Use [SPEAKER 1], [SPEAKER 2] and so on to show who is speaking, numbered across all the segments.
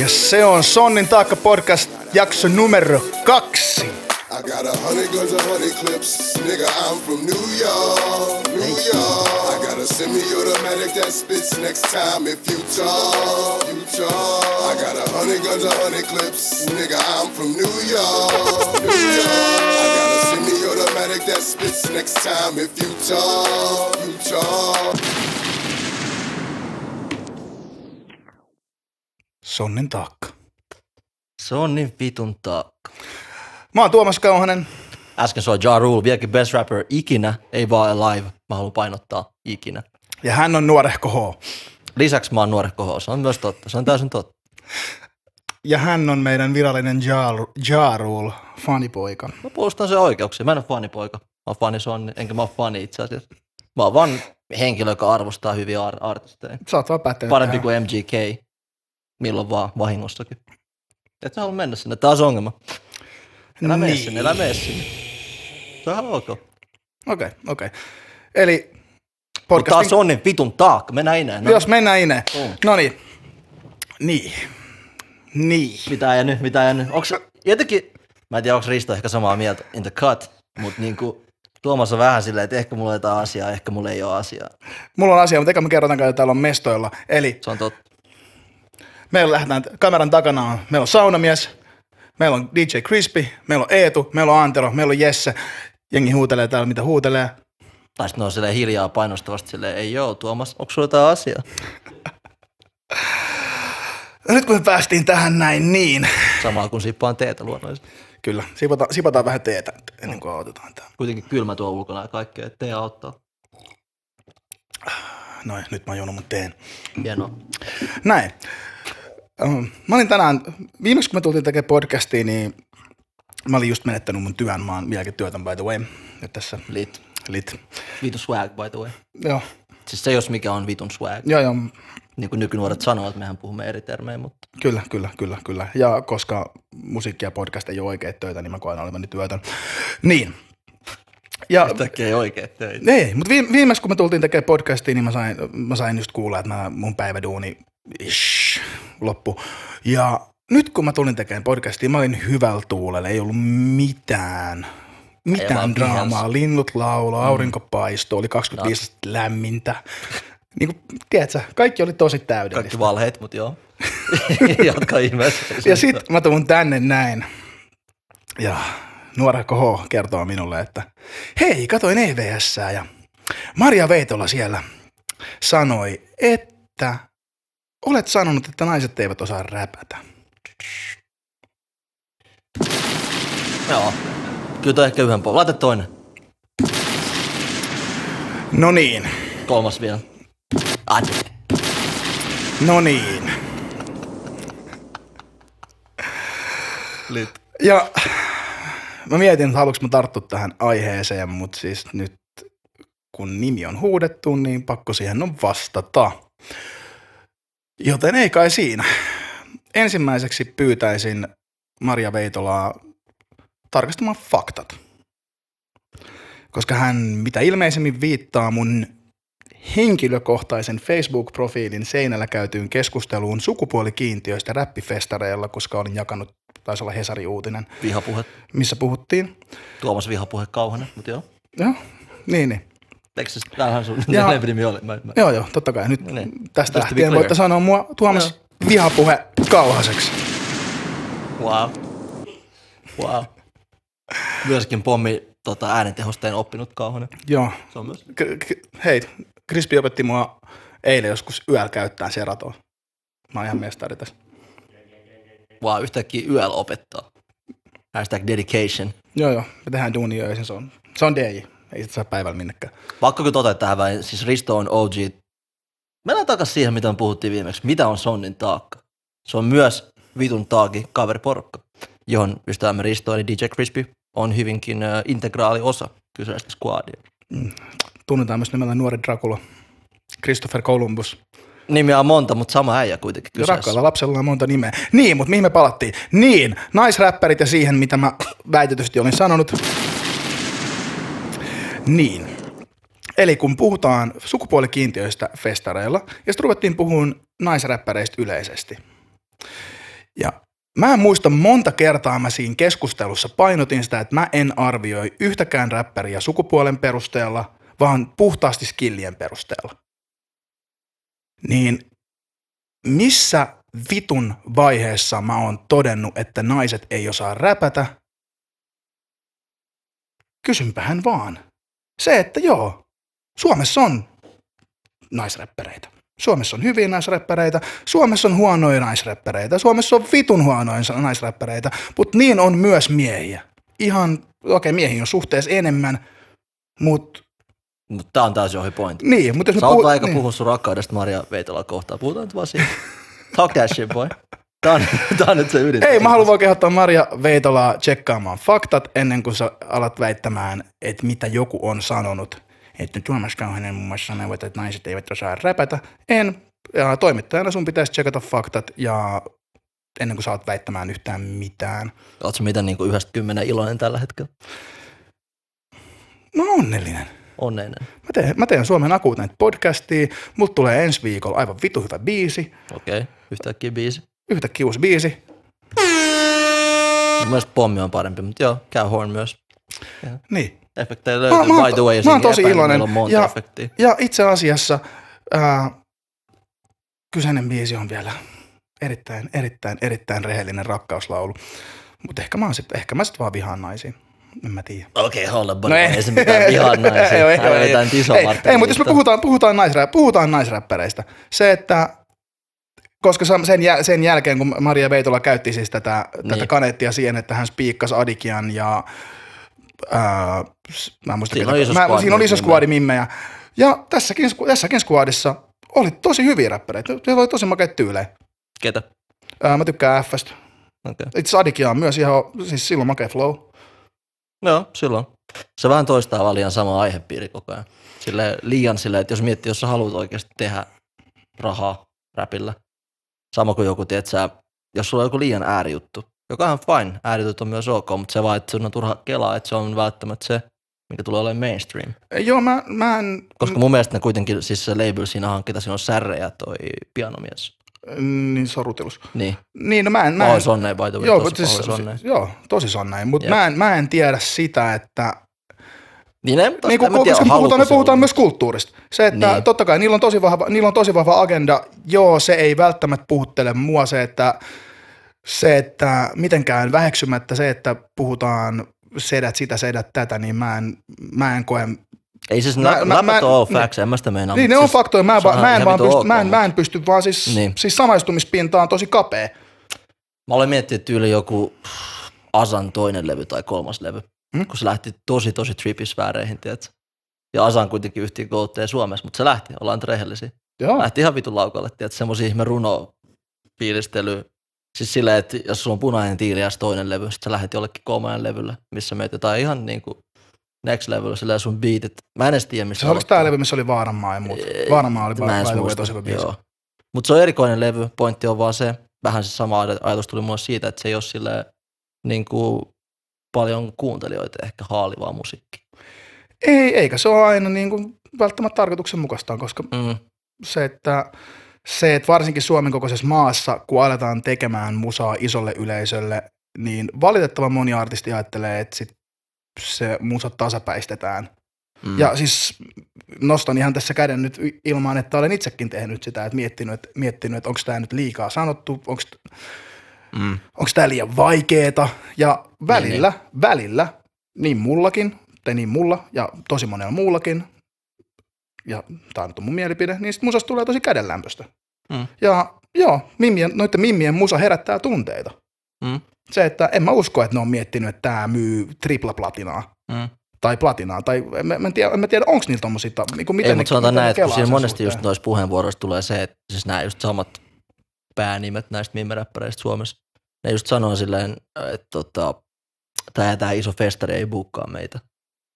[SPEAKER 1] Ja se on Sonnin taakka podcast jakso numero kaksi.
[SPEAKER 2] I got a hundred guns, a hundred clips. Nigga, I'm from New York, New York. I got a semi-automatic that spits next time if you talk, you talk. I got a hundred guns, a hundred clips. Nigga, I'm from New York, New York. I got a semi-automatic that spits next time if you talk, you talk.
[SPEAKER 1] Sonnin taakka.
[SPEAKER 3] Se on niin vitun taakka.
[SPEAKER 1] Mä oon Tuomas Kauhanen.
[SPEAKER 3] Äsken soi Ja Rule, vieläkin best rapper ikinä, ei vaan alive. Mä haluan painottaa ikinä.
[SPEAKER 1] Ja hän on nuorehko H.
[SPEAKER 3] Lisäksi mä oon nuorehko H, se on myös totta, se on täysin totta.
[SPEAKER 1] Ja hän on meidän virallinen Jarul ja Rule fanipoika.
[SPEAKER 3] Mä puolustan sen oikeuksia, mä en oo fanipoika. Mä oon fani Sonni, enkä mä oo fani itse asiassa. Mä oon vaan henkilö, joka arvostaa hyviä ar- artisteja.
[SPEAKER 1] Sä oot vaan päättänyt
[SPEAKER 3] Parempi
[SPEAKER 1] tähän.
[SPEAKER 3] kuin MGK, milloin vaan vahingossakin. Et sä halua mennä sinne, tää on se ongelma. Älä mene
[SPEAKER 1] Niin.
[SPEAKER 3] sinne, älä mene sinne. Se on ihan ok.
[SPEAKER 1] Okei, okei. Eli
[SPEAKER 3] Mutta tää on
[SPEAKER 1] podcastin...
[SPEAKER 3] Sonnin vitun taakka, mennään enää. No,
[SPEAKER 1] Jos mennään Ine.
[SPEAKER 3] Mm.
[SPEAKER 1] No niin. Niin. Niin.
[SPEAKER 3] Mitä ja nyt, mitä ja nyt. Onks, jotenkin, mä en tiedä, onko Risto ehkä samaa mieltä in the cut, mutta niinku, Tuomas on vähän silleen, että ehkä mulla on jotain asiaa, ehkä mulla ei ole asiaa.
[SPEAKER 1] Mulla on asia, mutta eikä me kerrotaan, että täällä on mestoilla. Eli
[SPEAKER 3] Se on totta.
[SPEAKER 1] meillä lähdetään kameran takana, on, meillä on saunamies, meillä on DJ Crispy, meillä on Eetu, meillä on Antero, meillä on Jesse. Jengi huutelee täällä, mitä huutelee.
[SPEAKER 3] Tai sitten ne on silleen hiljaa painostavasti silleen, ei joo Tuomas, onko sulla jotain asiaa?
[SPEAKER 1] Ja Nyt kun me päästiin tähän näin, niin
[SPEAKER 3] Samaa kuin sippaan teetä luonnollisesti.
[SPEAKER 1] kyllä, sipataan, sipataan vähän teetä nyt ennen kuin otetaan tämä.
[SPEAKER 3] Kuitenkin kylmä tuo ulkona ja kaikkea, että tee auttaa.
[SPEAKER 1] Noin, No, nyt mä oon juonut mun teen.
[SPEAKER 3] Hienoa.
[SPEAKER 1] Näin. Ähm, Mä olin tänään, viimeksi kun me tultiin tekemään podcastia, niin mä olin just menettänyt mun työn. Mä oon vieläkin työtön by the way. Nyt tässä
[SPEAKER 3] Lit.
[SPEAKER 1] lit.
[SPEAKER 3] Vitu swag by the way.
[SPEAKER 1] Joo,
[SPEAKER 3] Siis se jos mikä on vitun swag.
[SPEAKER 1] joo, joo.
[SPEAKER 3] Niin kuin nykynuoret sanoo, että mehän puhumme eri termejä, mutta
[SPEAKER 1] Kyllä, kyllä, kyllä, kyllä. Ja koska musiikki ja podcast ei ole oikeita töitä, niin mä koen olevani työtön. Niin. Ja
[SPEAKER 3] yhtäkkiä ei oikein töitä.
[SPEAKER 1] ei, mutta viime, viimeksi kun me tultiin tekemään podcastia, niin mä sain, mä sain just kuulla, että mä, mun päiväduuni ish, loppu. Ja nyt kun mä tulin tekemään podcastia, mä olin hyvällä tuulella, ei ollut mitään mitään
[SPEAKER 3] vaan
[SPEAKER 1] draamaa.
[SPEAKER 3] vihelsi.
[SPEAKER 1] Linnut laulaa, aurinko paistoi, oli 25 astetta lämmintä. Niin kuin, tiedätkö, kaikki oli tosi täydellistä.
[SPEAKER 3] Kaikki valheet, mutta joo. Jatka ihmeessä.
[SPEAKER 1] Ja sit mä tuun tänne näin. Ja nuorehko H kertoo minulle, että hei, katoin E EVS ja Maria Veitola siellä sanoi, että olet sanonut, että naiset eivät osaa räpätä.
[SPEAKER 3] Joo. Kyllä toi ehkä yhden puolen. Laita toinen.
[SPEAKER 1] No niin,
[SPEAKER 3] Kolmas vielä. Ade.
[SPEAKER 1] no niin.
[SPEAKER 3] Lit.
[SPEAKER 1] Ja mä mietin, että haluanko mä tarttua tähän aiheeseen, mutta siis nyt kun nimi on huudettu, niin pakko siihen on vastata. Joten ei kai siinä. Ensimmäiseksi pyytäisin Maria Veitolaa tarkastamaan faktat. Koska hän mitä ilmeisemmin viittaa mun henkilökohtaisen Facebook-profiilin seinällä käytyyn keskusteluun sukupuolikiintiöistä räppifestareilla, koska olin jakanut, taisi olla Hesari-uutinen,
[SPEAKER 3] Vihapuhe.
[SPEAKER 1] missä puhuttiin.
[SPEAKER 3] Tuomas vihapuhe kauhana, mutta joo.
[SPEAKER 1] Joo, niin, niin.
[SPEAKER 3] Eikö se tämähän sun
[SPEAKER 1] Joo.
[SPEAKER 3] lempinimi ole? Mä, mä.
[SPEAKER 1] Joo, joo, totta kai. Nyt
[SPEAKER 3] Niin.
[SPEAKER 1] tästä
[SPEAKER 3] Just to be
[SPEAKER 1] lähtien
[SPEAKER 3] clear.
[SPEAKER 1] voitte sanoa mua Tuomas vihapuhe kauhaseksi.
[SPEAKER 3] Wow. Wow. Myöskin pommi tota, äänentehosteen oppinut kauhana.
[SPEAKER 1] Joo.
[SPEAKER 3] Se on myös.
[SPEAKER 1] K- k- hei, Krispi opetti mua eilen joskus yöllä käyttää seratoa. Mä oon ihan mestari tässä.
[SPEAKER 3] Wow, yhtäkkiä yöllä opettaa. Hashtag dedication.
[SPEAKER 1] Joo, joo. Me tehdään duunia öisin. Se on, se on DJ. Ei sitä saa päivällä minnekään.
[SPEAKER 3] Pakko kyllä todeta tähän väliin, siis Risto on OG. Mennään takaisin siihen, mitä me puhuttiin viimeksi. Mitä on Sonnin taakka? Se on myös vitun taaki kaveriporukka, johon ystävämme Risto eli DJ Crispy on hyvinkin ö, integraali osa kyseistä squadia.
[SPEAKER 1] Tunnetaan myös nimellä Nuori Dracula. Christopher Columbus.
[SPEAKER 3] Nimiä on monta, mutta sama äijä kuitenkin
[SPEAKER 1] Ja
[SPEAKER 3] kyseessä.
[SPEAKER 1] Niin, rakkaalla lapsella on monta nimeä. Niin, mutta mihin me palattiin? Niin, naisräppärit ja siihen, mitä mä väitetysti olin sanonut. Niin. Eli kun puhutaan sukupuolikiintiöistä festareilla, ja sitten ruvettiin puhumaan naisräppäreistä yleisesti. Ja mä en muista monta kertaa mä siinä keskustelussa painotin sitä, että mä en arvioi yhtäkään räppäriä sukupuolen perusteella, vaan puhtaasti skillien perusteella. Niin missä vitun vaiheessa mä oon todennut, että naiset ei osaa räpätä? Kysynpähän vaan. Se, että joo, Suomessa on naisräppäreitä. Suomessa on hyviä naisräppäreitä, Suomessa on huonoja naisräppäreitä, Suomessa on vitun huonoja naisräppäreitä, mutta niin on myös miehiä. Ihan, okei, okay, miehiä on suhteessa enemmän, mutta
[SPEAKER 3] Mutta tää on täysin ohi pointti.
[SPEAKER 1] niin. Mutta jos me
[SPEAKER 3] Sä oot
[SPEAKER 1] puhu-
[SPEAKER 3] aika
[SPEAKER 1] niin.
[SPEAKER 3] puhua sun rakkaudesta Maria Veitola kohtaan. Puhutaan nyt vaan siitä. Talk that shit, boy. Tää on, tää on nyt se ydin.
[SPEAKER 1] Ei, mä haluan vaan kehottaa Maria Veitolaa tsekkaamaan faktat ennen kuin sä alat väittämään, että mitä joku on sanonut. Että Tuomas Kauhanen muun muassa sanoivat, että naiset eivät osaa räpätä. En. Ja toimittajana sun pitäisi tsekata faktat ja ennen kuin sä alat väittämään yhtään mitään.
[SPEAKER 3] Ootko miten niinku yhdestä kymmenen iloinen tällä hetkellä?
[SPEAKER 1] No onnellinen.
[SPEAKER 3] Onnellinen.
[SPEAKER 1] Mä teen, mä teen Suomen akuut näitä podcastia. Mut tulee ensi viikolla aivan vitu hyvä biisi.
[SPEAKER 3] Okei, okay. yhtäkkiä biisi.
[SPEAKER 1] Yhtä kius biisi.
[SPEAKER 3] Mun mielestä pommi on parempi, mutta joo, käy horn myös.
[SPEAKER 1] Niin.
[SPEAKER 3] Efektejä löytyy.
[SPEAKER 1] mä oon
[SPEAKER 3] By the
[SPEAKER 1] to-
[SPEAKER 3] way,
[SPEAKER 1] mä
[SPEAKER 3] jos
[SPEAKER 1] oon
[SPEAKER 3] jengi
[SPEAKER 1] tosi
[SPEAKER 3] epäilee,
[SPEAKER 1] iloinen.
[SPEAKER 3] meillä on monta
[SPEAKER 1] Ja-
[SPEAKER 3] efektiä.
[SPEAKER 1] Ja itse asiassa ää, kyseinen biisi on vielä erittäin, erittäin, erittäin rehellinen rakkauslaulu. Mutta ehkä mä, oon sit, ehkä mä sit vaan vihaan naisiin. En mä tiedä.
[SPEAKER 3] Okei, okay, hold up, buddy. ei se mitään vihan naisia.
[SPEAKER 1] No ei, ei, ei,
[SPEAKER 3] Vetään iso
[SPEAKER 1] ei, ei, mutta jos me puhutaan, puhutaan, naisrä, puhutaan naisräppäreistä, se, että koska sam- sen, jäl- sen jälkeen, kun Maria Veitola käytti siis tätä, niin. tätä
[SPEAKER 3] Niin.
[SPEAKER 1] kaneettia siihen, että hän spiikkasi Adikian ja ää, s- mä en muista,
[SPEAKER 3] Siinä
[SPEAKER 1] ketä-
[SPEAKER 3] on iso
[SPEAKER 1] mä,
[SPEAKER 3] squad
[SPEAKER 1] siinä oli iso
[SPEAKER 3] mimmejä.
[SPEAKER 1] skuadi mimmejä. Ja tässäkin, sku- tässäkin skuadissa oli tosi hyviä räppäreitä. Siellä oli tosi makeita tyylejä.
[SPEAKER 3] Ketä?
[SPEAKER 1] Ää, mä tykkään Fstä.
[SPEAKER 3] Okei.
[SPEAKER 1] Itse asiassa Adikia on myös ihan, siis silloin makea flow.
[SPEAKER 3] No Joo, silloin. Se vähän toistaa vaan liian sama aihepiiri koko ajan. Sille liian silleen, että jos miettii, jos sä haluat oikeasti tehdä rahaa räpillä, sama kuin joku, tiedät sä, jos sulla on joku liian äärijuttu, joka on ihan fine, äärijutut on myös ok, mutta se vaan, että sun on turha kelaa, että se on välttämättä se, mikä tulee olemaan mainstream.
[SPEAKER 1] Joo, mä, mä en...
[SPEAKER 3] Koska mun mielestä ne kuitenkin, siis se label siinä hankita, siinä on särre ja toi pianomies.
[SPEAKER 1] Mm, Niin, sorutilus.
[SPEAKER 3] Niin,
[SPEAKER 1] Niin, no mä en... Mä en
[SPEAKER 3] pahoin sonneen by the way,
[SPEAKER 1] joo,
[SPEAKER 3] tosi
[SPEAKER 1] mutta siis,
[SPEAKER 3] pahoin sonneen.
[SPEAKER 1] joo, tosi sonneen, mutta
[SPEAKER 3] Jep.
[SPEAKER 1] mä en, mä en tiedä sitä, että...
[SPEAKER 3] Niin, en,
[SPEAKER 1] Niin kun, koska me puhutaan, me puhutaan myös kulttuurista. Se, että niin.
[SPEAKER 3] Niin.
[SPEAKER 1] totta kai niillä on, tosi vahva, niillä on tosi vahva agenda. Joo, se ei välttämättä puhuttele mua se, että, se, että mitenkään väheksymättä se, että puhutaan sedät sitä, sedät tätä, niin mä en, mä en koe
[SPEAKER 3] Ei siis
[SPEAKER 1] Mä-
[SPEAKER 3] mä,
[SPEAKER 1] mä-
[SPEAKER 3] mä,
[SPEAKER 1] mä-
[SPEAKER 3] mä, oo
[SPEAKER 1] niin.
[SPEAKER 3] facts, en mä sitä meinaa.
[SPEAKER 1] Niin,
[SPEAKER 3] mut
[SPEAKER 1] ne on
[SPEAKER 3] siis
[SPEAKER 1] faktoja. Mä, en
[SPEAKER 3] se on
[SPEAKER 1] vaan- mä, en,
[SPEAKER 3] ihan
[SPEAKER 1] vaan
[SPEAKER 3] vitun
[SPEAKER 1] pysty,
[SPEAKER 3] ok,
[SPEAKER 1] mä, en, mä en
[SPEAKER 3] mut
[SPEAKER 1] pysty vaan siis, niin.
[SPEAKER 3] Niin.
[SPEAKER 1] siis samaistumispinta on tosi kapea.
[SPEAKER 3] Mä olen miettinyt tyyli joku Asan toinen levy tai kolmas levy,
[SPEAKER 1] Hmm?
[SPEAKER 3] hmm? kun se lähti tosi tosi tripisfääreihin, tiedätkö? Ja Asan kuitenkin yhtiä goatteja Suomessa, mutta se lähti, ollaan nyt rehellisiä.
[SPEAKER 1] Joo.
[SPEAKER 3] Lähti ihan vitun laukalle, tiedätkö, semmosia ihme runo piilistely. Siis silleen, että jos sulla on punainen tiili ja sit toinen levy, sit sä lähdet jollekin kolmannen levylle, missä meitä jotain ihan niinku next level, silleen sun beatit. Mä en edes tiedä, mistä
[SPEAKER 1] Se oliko
[SPEAKER 3] aloittaa.
[SPEAKER 1] Siis tää levy, missä oli Vaaranmaa ja muut?
[SPEAKER 3] Ei,
[SPEAKER 1] Vaaranmaa oli
[SPEAKER 3] Mä
[SPEAKER 1] by
[SPEAKER 3] en
[SPEAKER 1] by the way
[SPEAKER 3] muista.
[SPEAKER 1] tosi hyvä biisi.
[SPEAKER 3] Joo. Mutta se on erikoinen levy. Pointti on vaan se, vähän se sama aj- ajatus tuli mulle siitä, että se ei ole sille niin kuin, paljon kuuntelijoita ehkä haalivaa musiikki.
[SPEAKER 1] Ei, eikä se ole aina niin kuin välttämättä tarkoituksenmukaistaan, koska
[SPEAKER 3] Mm.
[SPEAKER 1] se, että se, että varsinkin Suomen kokoisessa maassa, kun aletaan tekemään musaa isolle yleisölle, niin valitettavan moni artisti ajattelee, että sit se musa tasapäistetään.
[SPEAKER 3] Mm.
[SPEAKER 1] Ja siis nostan ihan tässä käden nyt y- ilmaan, että olen itsekin tehnyt sitä, että miettinyt, että, miettinyt, että onko tämä nyt liikaa sanottu,
[SPEAKER 3] Mm.
[SPEAKER 1] onko tämä liian vaikeeta. Ja välillä, niin, niin. välillä, niin mullakin, tai niin mulla ja tosi monella muullakin, ja tämä on mun mielipide, niin sit musasta tulee tosi kädenlämpöstä.
[SPEAKER 3] Mm.
[SPEAKER 1] Ja joo, mimmien, noiden mimmien musa herättää tunteita.
[SPEAKER 3] Mm.
[SPEAKER 1] Se, että en mä usko, että ne on miettinyt, että tämä myy triplaplatinaa
[SPEAKER 3] Mm.
[SPEAKER 1] tai platinaa, tai en, mä- mä en tiedä, en mä tiedä onko niillä tommosia, ta- niinku miten
[SPEAKER 3] Ei,
[SPEAKER 1] ne,
[SPEAKER 3] mutta
[SPEAKER 1] miten
[SPEAKER 3] sanotaan
[SPEAKER 1] ne
[SPEAKER 3] näin, että kun
[SPEAKER 1] kelaa
[SPEAKER 3] siinä
[SPEAKER 1] sen
[SPEAKER 3] monesti
[SPEAKER 1] suhteen.
[SPEAKER 3] just noissa puheenvuoroissa tulee se, että siis nämä just samat päänimet näistä mimmeräppäreistä Suomessa, ne just sanoo silleen, että tota, tämä ja tämä iso festari ei bukkaa meitä.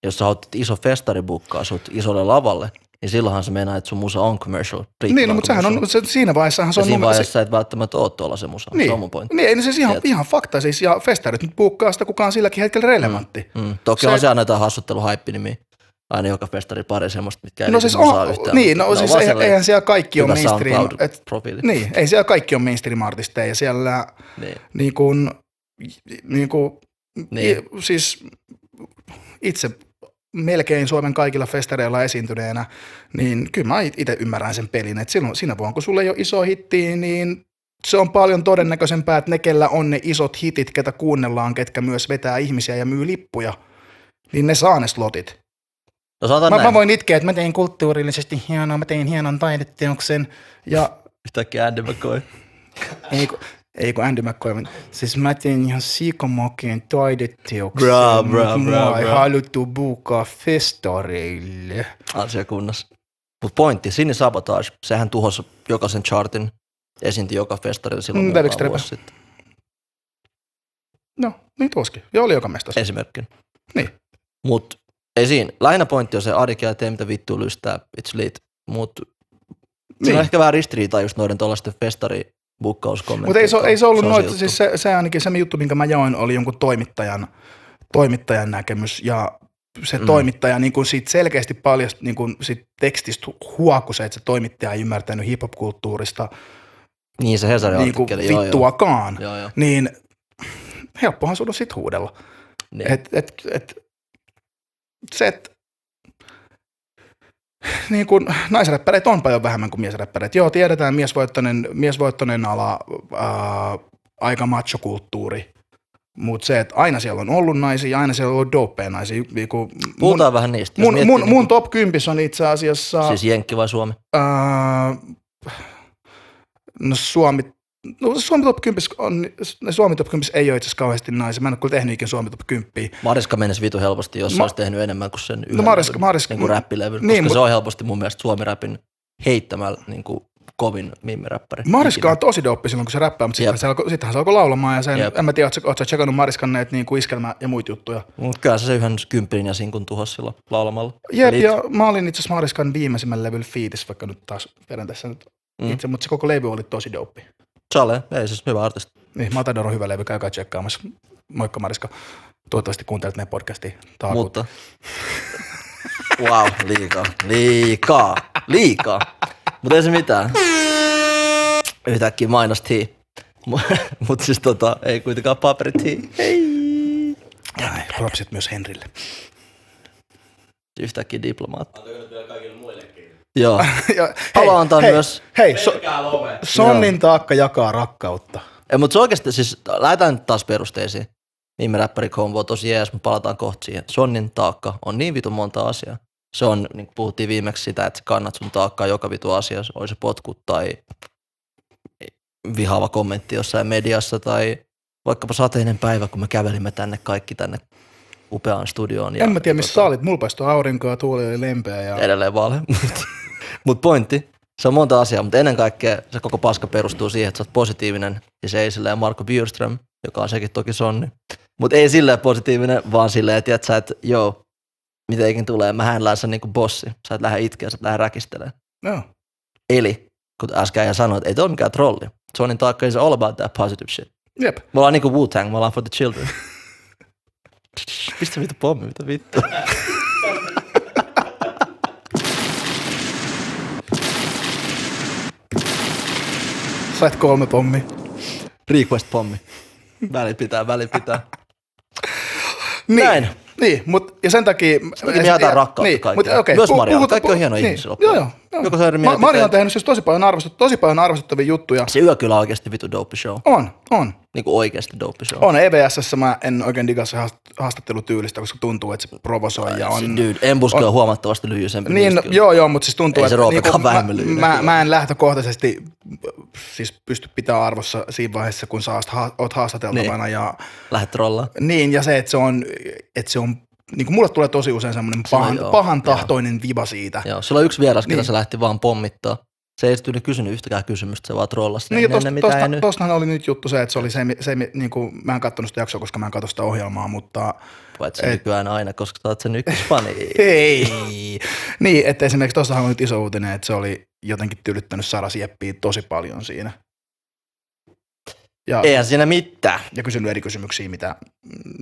[SPEAKER 3] Jos sä otat iso festari bukkaa sut isolle lavalle, niin silloinhan se meinaa, että sun musa on commercial.
[SPEAKER 1] Niin, no, mutta sehän on, se, siinä vaiheessahan se
[SPEAKER 3] Se
[SPEAKER 1] on
[SPEAKER 3] siinä
[SPEAKER 1] numero, se,
[SPEAKER 3] vaiheessa sä et välttämättä oo tuolla se musa, niin. se
[SPEAKER 1] Niin.
[SPEAKER 3] on mun pointti.
[SPEAKER 1] niin, ei, no siis ihan,
[SPEAKER 3] Tiedät.
[SPEAKER 1] ihan fakta siis, ja festarit nyt puukkaa sitä, kuka on silläkin hetkellä relevantti.
[SPEAKER 3] Mm. Toki
[SPEAKER 1] Niin. Se-
[SPEAKER 3] on se aina jotain hassutteluhaippinimiä. aina joka festari pari semmoista, mitkä ei
[SPEAKER 1] No siis
[SPEAKER 3] musaa
[SPEAKER 1] on,
[SPEAKER 3] yhtään.
[SPEAKER 1] niin,
[SPEAKER 3] mutta
[SPEAKER 1] no
[SPEAKER 3] ne
[SPEAKER 1] siis
[SPEAKER 3] vaan
[SPEAKER 1] eihän,
[SPEAKER 3] sellainen
[SPEAKER 1] eihän siellä kaikki ole
[SPEAKER 3] hyvä
[SPEAKER 1] mainstream. Et,
[SPEAKER 3] SoundCloud-profiili.
[SPEAKER 1] niin, ei siellä kaikki ole mainstream-artisteja ja siellä
[SPEAKER 3] niin.
[SPEAKER 1] niin kuin, niin kuin,
[SPEAKER 3] Niin.
[SPEAKER 1] i- siis itse melkein Suomen kaikilla festareilla esiintyneenä, niin kyllä mä itse ymmärrän sen pelin, että silloin, sinä vuonna, kun sulla ei ole iso hitti, niin se on paljon todennäköisempää, että ne, kellä on ne isot hitit, ketä kuunnellaan, ketkä myös vetää ihmisiä ja myy lippuja, niin ne saa ne slotit.
[SPEAKER 3] No sanotaan
[SPEAKER 1] Mä,
[SPEAKER 3] näin,
[SPEAKER 1] mä voin itkeä, että mä tein kulttuurillisesti hienoa, mä tein hienon taideteoksen ja
[SPEAKER 3] yhtäkkiä Andy McCoy.
[SPEAKER 1] ei kun, ei kun Andy McCoy, vaan- siis mä tein ihan siikamakeen taideteoksen,
[SPEAKER 3] Bra,
[SPEAKER 1] mut
[SPEAKER 3] bra, bra,
[SPEAKER 1] mua ei
[SPEAKER 3] bra.
[SPEAKER 1] haluttu buukaa festareille.
[SPEAKER 3] ansiokunnassa. Mutta pointti, Sinni Sabotage, sehän tuhosi jokaisen chartin esiinti joka festarilla silloin
[SPEAKER 1] Mm,
[SPEAKER 3] muutama
[SPEAKER 1] Felix Trepä.
[SPEAKER 3] vuosi sitten.
[SPEAKER 1] No, niin tuoskin. Ja oli joka mestas.
[SPEAKER 3] Esimerkkinä.
[SPEAKER 1] Niin.
[SPEAKER 3] Mut esiin, lähinnä pointti on se Adik ja tee mitä vittu lystää, it's lit. Mut niin. on
[SPEAKER 1] Niin.
[SPEAKER 3] ehkä vähän ristiriitaa just noiden tuollaisten festari bukkauskommenttien.
[SPEAKER 1] Mutta ei, se, ei se ollut noita,
[SPEAKER 3] juttu.
[SPEAKER 1] siis se, se, ainakin se juttu, minkä mä jaoin, oli jonkun toimittajan, toimittajan näkemys ja se
[SPEAKER 3] Mm.
[SPEAKER 1] mm. toimittaja niin kuin siitä selkeästi paljon niin kuin siitä tekstistä huoku se, että se toimittaja ei ymmärtänyt hiphop-kulttuurista
[SPEAKER 3] Niin se Hesari
[SPEAKER 1] niin kuin
[SPEAKER 3] artikkeli, joo, joo.
[SPEAKER 1] vittuakaan.
[SPEAKER 3] Joo, joo.
[SPEAKER 1] niin helppohan sun on sit huudella.
[SPEAKER 3] Niin.
[SPEAKER 1] Et, et, et, se, et, niin kun naisräppäreitä on paljon vähemmän kuin miesräppäreitä. Joo, tiedetään miesvoittoinen, miesvoittoinen ala, ää, aika machokulttuuri, mutta se, että aina siellä on ollut naisia, aina siellä on ollut dopea naisia. Niinku mun,
[SPEAKER 3] Puhutaan vähän niistä. Jos
[SPEAKER 1] mun,
[SPEAKER 3] miettii
[SPEAKER 1] mun, mun
[SPEAKER 3] niinku-
[SPEAKER 1] top 10 on itse asiassa...
[SPEAKER 3] Siis Jenkki vai Suomi?
[SPEAKER 1] Ää, no Suomi, no Suomi Top 10 on, Suomi Top 10 ei ole itse asiassa kauheasti naisia. Mä en ole kyllä tehnyt ikinä Suomi Top 10.
[SPEAKER 3] Mariska menisi vitu helposti, jos Ma-
[SPEAKER 1] Ma- No
[SPEAKER 3] olisi tehnyt enemmän kuin sen yhden
[SPEAKER 1] Mariska-
[SPEAKER 3] levyn,
[SPEAKER 1] Mariska-
[SPEAKER 3] niin kuin
[SPEAKER 1] mm,
[SPEAKER 3] räppilevyn,
[SPEAKER 1] niin,
[SPEAKER 3] koska
[SPEAKER 1] mut-
[SPEAKER 3] se on helposti mun mielestä suomiräpin heittämällä niin kuin kovin mimmiräppäri.
[SPEAKER 1] Mariska
[SPEAKER 3] ikinä.
[SPEAKER 1] on tosi doppi silloin, kun se räppää, mutta
[SPEAKER 3] Jep.
[SPEAKER 1] sittenhän se, alkoi, sittenhän se alkoi laulamaan. Ja sen,
[SPEAKER 3] Jep.
[SPEAKER 1] en mä tiedä, ootko, ootko tsekannut Mariskan näitä niin kuin iskelmä ja muita juttuja.
[SPEAKER 3] Mut Kyllä se yhden kympin ja sinkun tuhos sillä laulamalla.
[SPEAKER 1] Jep,
[SPEAKER 3] Eli-
[SPEAKER 1] ja mä olin itse asiassa Mariskan viimeisimmän levyllä fiitis, vaikka nyt taas vedän tässä nyt
[SPEAKER 3] Mm.
[SPEAKER 1] mm. itse, mutta se koko levy oli tosi doppi.
[SPEAKER 3] Chale, ei siis hyvä artisti.
[SPEAKER 1] Niin, Matador on hyvä levy, käykää tsekkaamassa. Moikka Mariska. Toivottavasti kuuntelet meidän podcastia. Tää on
[SPEAKER 3] Mutta... Wow, liikaa, liikaa, liikaa. Mutta ei se mitään. Yhtäkkiä mainosti. Mutta siis tota, ei kuitenkaan paperit. Hei.
[SPEAKER 1] Ai, propsit myös Henrille.
[SPEAKER 3] yhtäkkiä diplomaatti. Antoiko nyt vielä kaikille muillekin?
[SPEAKER 1] ja,
[SPEAKER 3] Haluan antaa
[SPEAKER 1] hei,
[SPEAKER 3] myös-
[SPEAKER 1] Hei, so, Sonnin taakka jakaa rakkautta.
[SPEAKER 3] Joo. Ei, mutta se oikeasti, siis lähdetään nyt taas perusteisiin. Niin Viime räppärikombo tosi jees, me palataan kohta siihen. Sonnin taakka on niin vitun monta asiaa. Se on, niin kuin puhuttiin viimeksi sitä, että sä kannat sun taakkaa joka vitu asia, oli se potku tai vihaava kommentti jossain mediassa tai vaikkapa sateinen päivä, kun me kävelimme tänne kaikki tänne upeaan studioon.
[SPEAKER 1] Ja, en mä tiedä, missä sä olit. Mulla paistoi aurinkoa, tuuli oli lempeä. Ja...
[SPEAKER 3] edelleen vaalea. Mutta mut pointti, se on monta asiaa, mutta ennen kaikkea se koko paska perustuu siihen, että sä oot positiivinen ja se ei silleen Marko Björström, joka on sekin toki sonni. Mutta ei silleen positiivinen, vaan silleen, että tiedät sä, että joo, mitä ikin tulee, mä hän lähes niinku bossi. Sä et lähde itkeä, sä et lähde räkistelemään.
[SPEAKER 1] No.
[SPEAKER 3] Eli, kun äsken ihan sanoit, ei toi ole mikään trolli. Sonnin taakka is all about that positive shit.
[SPEAKER 1] Jep.
[SPEAKER 3] Me ollaan niinku Wu-Tang, me ollaan for the children. Pistä vittu pommi, mitä vittu.
[SPEAKER 1] Sait kolme pommi.
[SPEAKER 3] Request pommi. Väli pitää, väli pitää.
[SPEAKER 1] Niin.
[SPEAKER 3] Näin.
[SPEAKER 1] Niin, mut, ja sen takia... Sen
[SPEAKER 3] Toki me jaetaan rakkautta niin, kaikille. Mutta, okay, Myös Marjalle. Kaikki on hieno niin, ihmisiä
[SPEAKER 1] Joo, joo. joo.
[SPEAKER 3] Joko se
[SPEAKER 1] Ma-
[SPEAKER 3] Ma-
[SPEAKER 1] Marja on tehnyt siis tosi paljon, arvostet, tosi paljon arvostettavia juttuja.
[SPEAKER 3] Se yö kyllä on oikeasti vitu dope show.
[SPEAKER 1] On, on.
[SPEAKER 3] Niin kuin oikeasti dope show.
[SPEAKER 1] On E EVSssä mä en oikein digaa se haast- haastattelutyylistä, koska tuntuu, että se provosoi ja on...
[SPEAKER 3] Dude, Embuske on huomattavasti lyhyisempi.
[SPEAKER 1] Niin,
[SPEAKER 3] niistä
[SPEAKER 1] no,
[SPEAKER 3] kyllä.
[SPEAKER 1] joo, joo, mutta siis tuntuu,
[SPEAKER 3] Ei se Roopekaan
[SPEAKER 1] niinku
[SPEAKER 3] vähemmän lyhyinen
[SPEAKER 1] mä,
[SPEAKER 3] kyllä.
[SPEAKER 1] mä, mä, en lähtökohtaisesti siis pysty pitää arvossa siinä vaiheessa, kun sä haast- oot haastateltavana. Niin. Ja,
[SPEAKER 3] Lähet trollaan.
[SPEAKER 1] niin, ja se, että se on, että se on niin kuin mulle tulee tosi usein semmoinen pahan,
[SPEAKER 3] joo,
[SPEAKER 1] pahan tahtoinen viba siitä.
[SPEAKER 3] Joo, sillä on yksi vieras, niin.
[SPEAKER 1] Niin.
[SPEAKER 3] se lähti vaan pommittaa. Se ei sitten kysynyt yhtäkään kysymystä, se vaan trollasi. sitä.
[SPEAKER 1] Niin, ja
[SPEAKER 3] Ei
[SPEAKER 1] tosta,
[SPEAKER 3] näe mitään,
[SPEAKER 1] tosta,
[SPEAKER 3] ei nyt.
[SPEAKER 1] tostahan oli nyt juttu se, että se oli se, se niin kuin, mä en kattonut sitä jaksoa, koska mä en katso sitä ohjelmaa, mutta
[SPEAKER 3] Paitsi nykyään aina, koska sä oot sen ykköspani.
[SPEAKER 1] ei. niin, että esimerkiksi tuossahan on nyt iso uutinen, että se oli jotenkin tylyttänyt Sara Sieppiä tosi paljon siinä. Ja,
[SPEAKER 3] Eihän siinä mitään.
[SPEAKER 1] ja kysynyt eri kysymyksiä, mitä,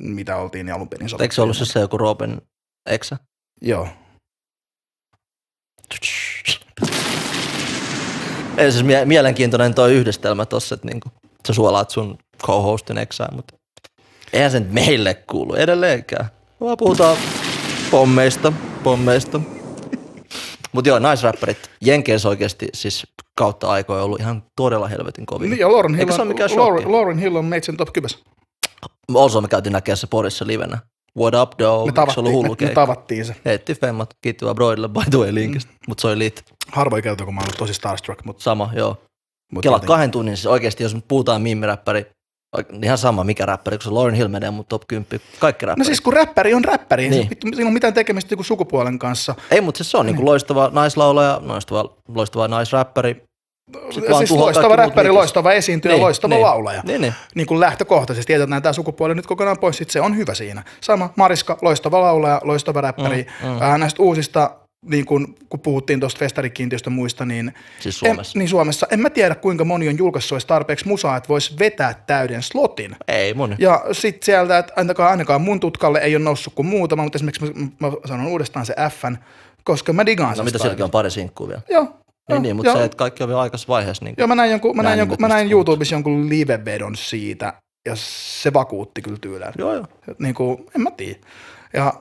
[SPEAKER 1] mitä oltiin niin alun perin sovittu.
[SPEAKER 3] Eikö se ollut siis se joku Roopen eksä?
[SPEAKER 1] Joo.
[SPEAKER 3] Ei siis mie- mielenkiintoinen toi yhdistelmä tossa, että niinku, sä suolaat sun co-hostin eksää, mutta eihän se nyt meille kuulu edelleenkään. Vaan puhutaan pommeista, pommeista. Mut joo, naisrapperit, Jenkeissä oikeesti siis kautta aikoja ollut ihan todella helvetin kovin.
[SPEAKER 1] Niin, ja Lauren Hill,
[SPEAKER 3] Eikö se ole
[SPEAKER 1] on,
[SPEAKER 3] mikään shokki?
[SPEAKER 1] Lauren, Lauren Hill on meitsen top 10.
[SPEAKER 3] Osa me käytiin näkemään se Porissa livenä. What up,
[SPEAKER 1] Me
[SPEAKER 3] dog? Eikö se ollut
[SPEAKER 1] tavattiin,
[SPEAKER 3] hullu
[SPEAKER 1] me, me
[SPEAKER 3] keikka?
[SPEAKER 1] tavattiin se.
[SPEAKER 3] Heitti femmat, kiittyvä broidille by the way linkistä. Mut se oli lit.
[SPEAKER 1] Harvoin kertoo, kun mä oon ollut tosi starstruck, mutta...
[SPEAKER 3] Sama, joo.
[SPEAKER 1] Mut
[SPEAKER 3] Kela
[SPEAKER 1] jotenkin-
[SPEAKER 3] kahden tunnin, siis oikeesti jos nyt puhutaan mimmiräppäri, oike- ihan sama mikä räppäri, kun se Lauren Hill menee mun top 10, kaikki räppäri.
[SPEAKER 1] No siis kun räppäri on räppäri, niin.
[SPEAKER 3] Niin.
[SPEAKER 1] se, vittu- sillä on mitään tekemistä joku sukupuolen kanssa.
[SPEAKER 3] Ei, mutta siis se on niinku
[SPEAKER 1] Niin.
[SPEAKER 3] loistava naislaulaja, loistava, loistava naisräppäri.
[SPEAKER 1] Sit
[SPEAKER 3] vaan
[SPEAKER 1] siis
[SPEAKER 3] tuhoaa
[SPEAKER 1] loistava
[SPEAKER 3] kaikki muut
[SPEAKER 1] räppäri,
[SPEAKER 3] liitossa.
[SPEAKER 1] loistava esiintyjä, niin, loistava niin. laulaja. Niin.
[SPEAKER 3] Niin, niin.
[SPEAKER 1] niin kuin lähtökohtaisesti jätetään tämä sukupuoli nyt kokonaan pois, sit se on hyvä siinä. Sama Mariska, loistava laulaja, loistava räppäri. Mm,
[SPEAKER 3] Mm,
[SPEAKER 1] mm.
[SPEAKER 3] mm.
[SPEAKER 1] Äh, näistä uusista, niin kun, kun puhuttiin tuosta festarikiintiöstä muista, niin
[SPEAKER 3] Siis
[SPEAKER 1] en,
[SPEAKER 3] Suomessa.
[SPEAKER 1] niin Suomessa en mä tiedä kuinka moni on julkaissut olisi tarpeeksi musaa, että voisi vetää täyden slotin.
[SPEAKER 3] Ei mun.
[SPEAKER 1] Ja sitten sieltä, että ainakaan, ainakaan mun tutkalle ei ole noussut kuin muutama, mutta esimerkiksi mä, mä sanon uudestaan se Fn, koska mä digaan
[SPEAKER 3] No
[SPEAKER 1] sen
[SPEAKER 3] mitä
[SPEAKER 1] stylin.
[SPEAKER 3] sielläkin on pari sinkkuu vielä.
[SPEAKER 1] Joo. joo,
[SPEAKER 3] Niin, niin, mutta
[SPEAKER 1] joo.
[SPEAKER 3] se, että kaikki on vielä aikaisessa vaiheessa. Niin
[SPEAKER 1] Joo, mä näin, jonkun, mä näin,
[SPEAKER 3] Näin
[SPEAKER 1] jonkun, mä
[SPEAKER 3] nimet,
[SPEAKER 1] näin
[SPEAKER 3] mistä puhut.
[SPEAKER 1] YouTubessa jonkun live-vedon siitä, ja se vakuutti kyllä tyylään.
[SPEAKER 3] joo, joo.
[SPEAKER 1] Et Niinku, en mä tiedä. Ja,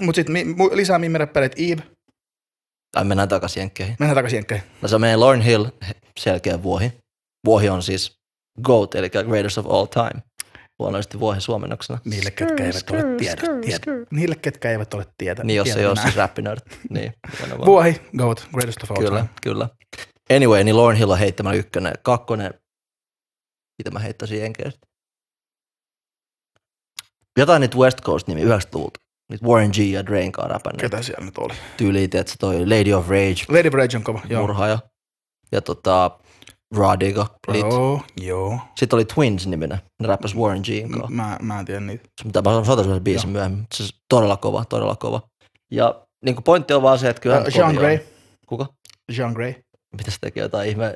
[SPEAKER 1] mut sit mi, mu, lisää mimmereppeleet Eve,
[SPEAKER 3] Tai mennään takaisin jenkkeihin.
[SPEAKER 1] mennään takaisin jenkkeihin.
[SPEAKER 3] No se menee Lauren Hill, he- selkeä vuohi. Vuohi on siis GOAT, eli Greatest of All Time. Luonnollisesti vuohi suomennoksena.
[SPEAKER 1] Niille, ketkä eivät ole tiedä. tiedä. Niille, ketkä eivät ole tietä.
[SPEAKER 3] Niin, jos ei ole
[SPEAKER 1] tietämään.
[SPEAKER 3] siis räppinörd. Niin, nimenomaan.
[SPEAKER 1] Vuohi, goat, greatest of all
[SPEAKER 3] Kyllä,
[SPEAKER 1] time.
[SPEAKER 3] kyllä. Anyway, niin Lauren Hill on heittämällä ykkönen. Kakkonen, mitä mä heittäisin jenkeistä? Jotain niitä West Coast-nimi 90-luvulta. Niitä Warren G ja Drain kanssa räpänneet.
[SPEAKER 1] Ketä siellä nyt oli?
[SPEAKER 3] Tyyliit, että se toi Lady of Rage,
[SPEAKER 1] Lady Rage on kova, joo.
[SPEAKER 3] murhaaja. Ja tota, Radiga. Lit.
[SPEAKER 1] Joo, joo.
[SPEAKER 3] Sitten oli Twins-niminen. Ne räppäs Warren G kanssa.
[SPEAKER 1] M- Mä, mä en tiedä niitä.
[SPEAKER 3] Mutta mä soitan sen biisin myöhemmin. Se on todella kova, todella kova. Ja niin kuin pointti on vaan se, että kyllä
[SPEAKER 1] Äh, Jean Grey.
[SPEAKER 3] Kuka?
[SPEAKER 1] Jean Grey.
[SPEAKER 3] Mitä se tekee jotain ihme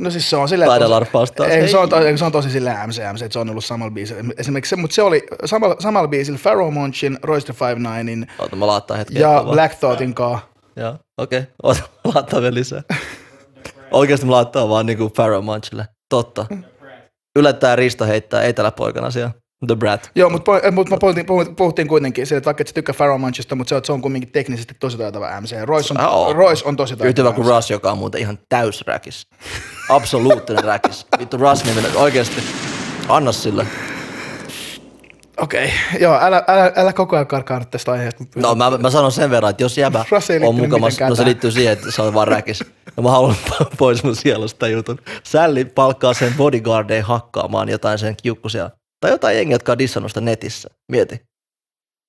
[SPEAKER 1] No siis se on silleen, että-
[SPEAKER 3] taidelarppaus taas?
[SPEAKER 1] Ei, se, on, to- se on tosi sillä MCM, se, että se on ollut samalla biisillä. Esimerkiksi se, mutta se oli samalla, samalla biisillä Pharaoh Munchin, Royster 59
[SPEAKER 3] Oota, mä laittaa hetken.
[SPEAKER 1] ja
[SPEAKER 3] kovaa.
[SPEAKER 1] Black Thoughtin kanssa.
[SPEAKER 3] Joo, okei. Okay. Oota, mä laittaa vielä lisää. Oikeasti mä laittaa vaan niinku Pharaoh Munchille. Totta.
[SPEAKER 1] Mm.
[SPEAKER 3] Yllättää Risto heittää eteläpoikana siellä. The Brat.
[SPEAKER 1] Joo, mutta mut mä puhuttiin, puhut- puhuttiin kuitenkin sillä, että vaikka et sä tykkää Pharaoh Munchista, mutta se, on- se on kumminkin teknisesti tosi taitava MC. Royce
[SPEAKER 3] Ah,
[SPEAKER 1] on,
[SPEAKER 3] oo.
[SPEAKER 1] Royce on tosi taitava
[SPEAKER 3] Yhtä hyvä kuin
[SPEAKER 1] MC.
[SPEAKER 3] Russ, joka on muuten ihan täysräkis. Absoluuttinen räkis. Vittu Russ niminen oikeesti. Anna sille.
[SPEAKER 1] Okei, joo, älä, älä, älä koko ajan karkaa nyt tästä aiheesta. mutta-
[SPEAKER 3] No mä, mä sanon sen verran, että jos jäbä
[SPEAKER 1] Rasi ei
[SPEAKER 3] on
[SPEAKER 1] liittynyt
[SPEAKER 3] mukamas,
[SPEAKER 1] mitenkään
[SPEAKER 3] no se
[SPEAKER 1] tähän.
[SPEAKER 3] liittyy siihen, että se on vaan räkis. Ja mä haluan po- pois mun sielusta jutun. Sälli palkkaa sen bodyguardeja hakkaamaan jotain sen kiukkusia. Tai jotain jengiä, jotka on dissannut sitä netissä. Mieti.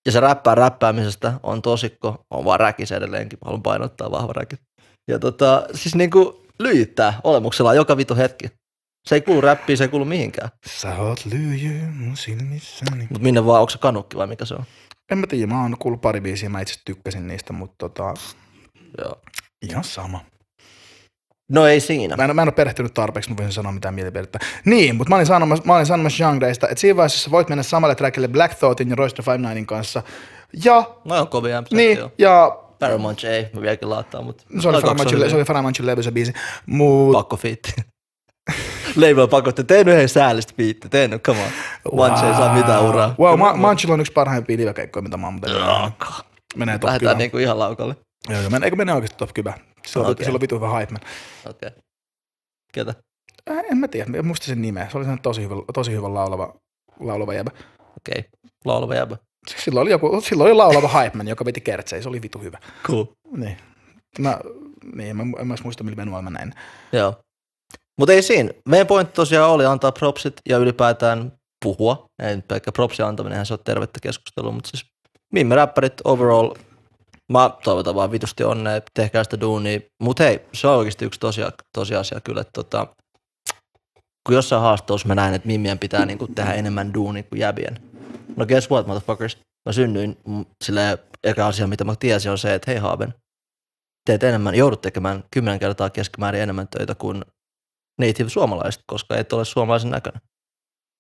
[SPEAKER 3] Ja se räppää räppäämisestä, on tosikko, on vaan räkis edelleenkin. Haluan painottaa vahva räkis. Ja tota, siis niinku lyijyttää olemuksellaan joka vitu hetki. Se ei kuulu räppiin, se ei kuulu mihinkään.
[SPEAKER 1] Sä oot lyijy mun silmissäni.
[SPEAKER 3] Mutta minne vaan, onko se kanukki vai mikä se on?
[SPEAKER 1] En mä tiedä, mä oon kuullut pari biisiä, mä itse tykkäsin niistä, mutta tota,
[SPEAKER 3] Joo.
[SPEAKER 1] ihan sama.
[SPEAKER 3] No ei siinä.
[SPEAKER 1] Mä en, mä en ole perehtynyt tarpeeksi, mä voisin sanoa mitään mielipidettä. Niin, mutta mä olin sanomassa, mä olin sanomassa genreista, että siinä vaiheessa sä voit mennä samalle trackille Black Thoughtin ja Royster 59 kanssa. Ja,
[SPEAKER 3] No on kovia MC,
[SPEAKER 1] niin,
[SPEAKER 3] joo.
[SPEAKER 1] ja
[SPEAKER 3] Paramount ei, mä vieläkin laittaa, mutta...
[SPEAKER 1] No se oli
[SPEAKER 3] Ai, kaksi
[SPEAKER 1] Faramanchin,
[SPEAKER 3] oli
[SPEAKER 1] le- se oli Faramanchin levy se biisi. Mut,
[SPEAKER 3] Pakko fiitti. Label pakotti, tee nyt hei säällistä fiitti, tee nyt, come on. Munch ei saa mitään uraa.
[SPEAKER 1] Wow, Ma- Manchilla on yksi parhaimpia livekeikkoja, mitä mä oon muuten nähnyt. Menee top
[SPEAKER 3] Lähdetään
[SPEAKER 1] 10.
[SPEAKER 3] niinku ihan laukalle.
[SPEAKER 1] Joo, joo, men- eikö mene oikeasti top 10? Se on,
[SPEAKER 3] Okei.
[SPEAKER 1] okay. on vitu hyvä hype man.
[SPEAKER 3] Okei. Okay. Ketä?
[SPEAKER 1] Äh, en mä tiedä, mä en muista sen nimeä. Se oli sellainen tosi hyvä, tosi hyvä laulava, laulava jäbä.
[SPEAKER 3] Okei. Okay. Laulava jäbä.
[SPEAKER 1] Siis Silloin oli, joku, silloin oli laulava hype man, joka veti kertsejä. Se oli vitu hyvä.
[SPEAKER 3] Cool.
[SPEAKER 1] Niin. Mä, niin, mä, en mä edes muista, millä menualla mä näin.
[SPEAKER 3] Joo. Mutta ei siinä. Meidän pointti tosiaan oli antaa propsit ja ylipäätään puhua. Ei nyt pelkkä propsia antaminen, se on tervettä keskustelua, mutta siis mimme räppärit overall, mä toivotan vaan vitusti onnea, tehkää sitä duunia. Mutta hei, se on oikeasti yksi tosia, tosiasia kyllä, että tota, kun jossain haastelussa mä näin, että mimmien pitää niinku tehdä enemmän duunia kuin jäbien. No guess what, motherfuckers? Mä synnyin, mm, silleen eka asia, mitä mä tiesin, on se, että hei Haaben, teet enemmän, joudut tekemään kymmenen kertaa keskimäärin enemmän töitä kuin native suomalaiset, koska et ole suomalaisen näköinen.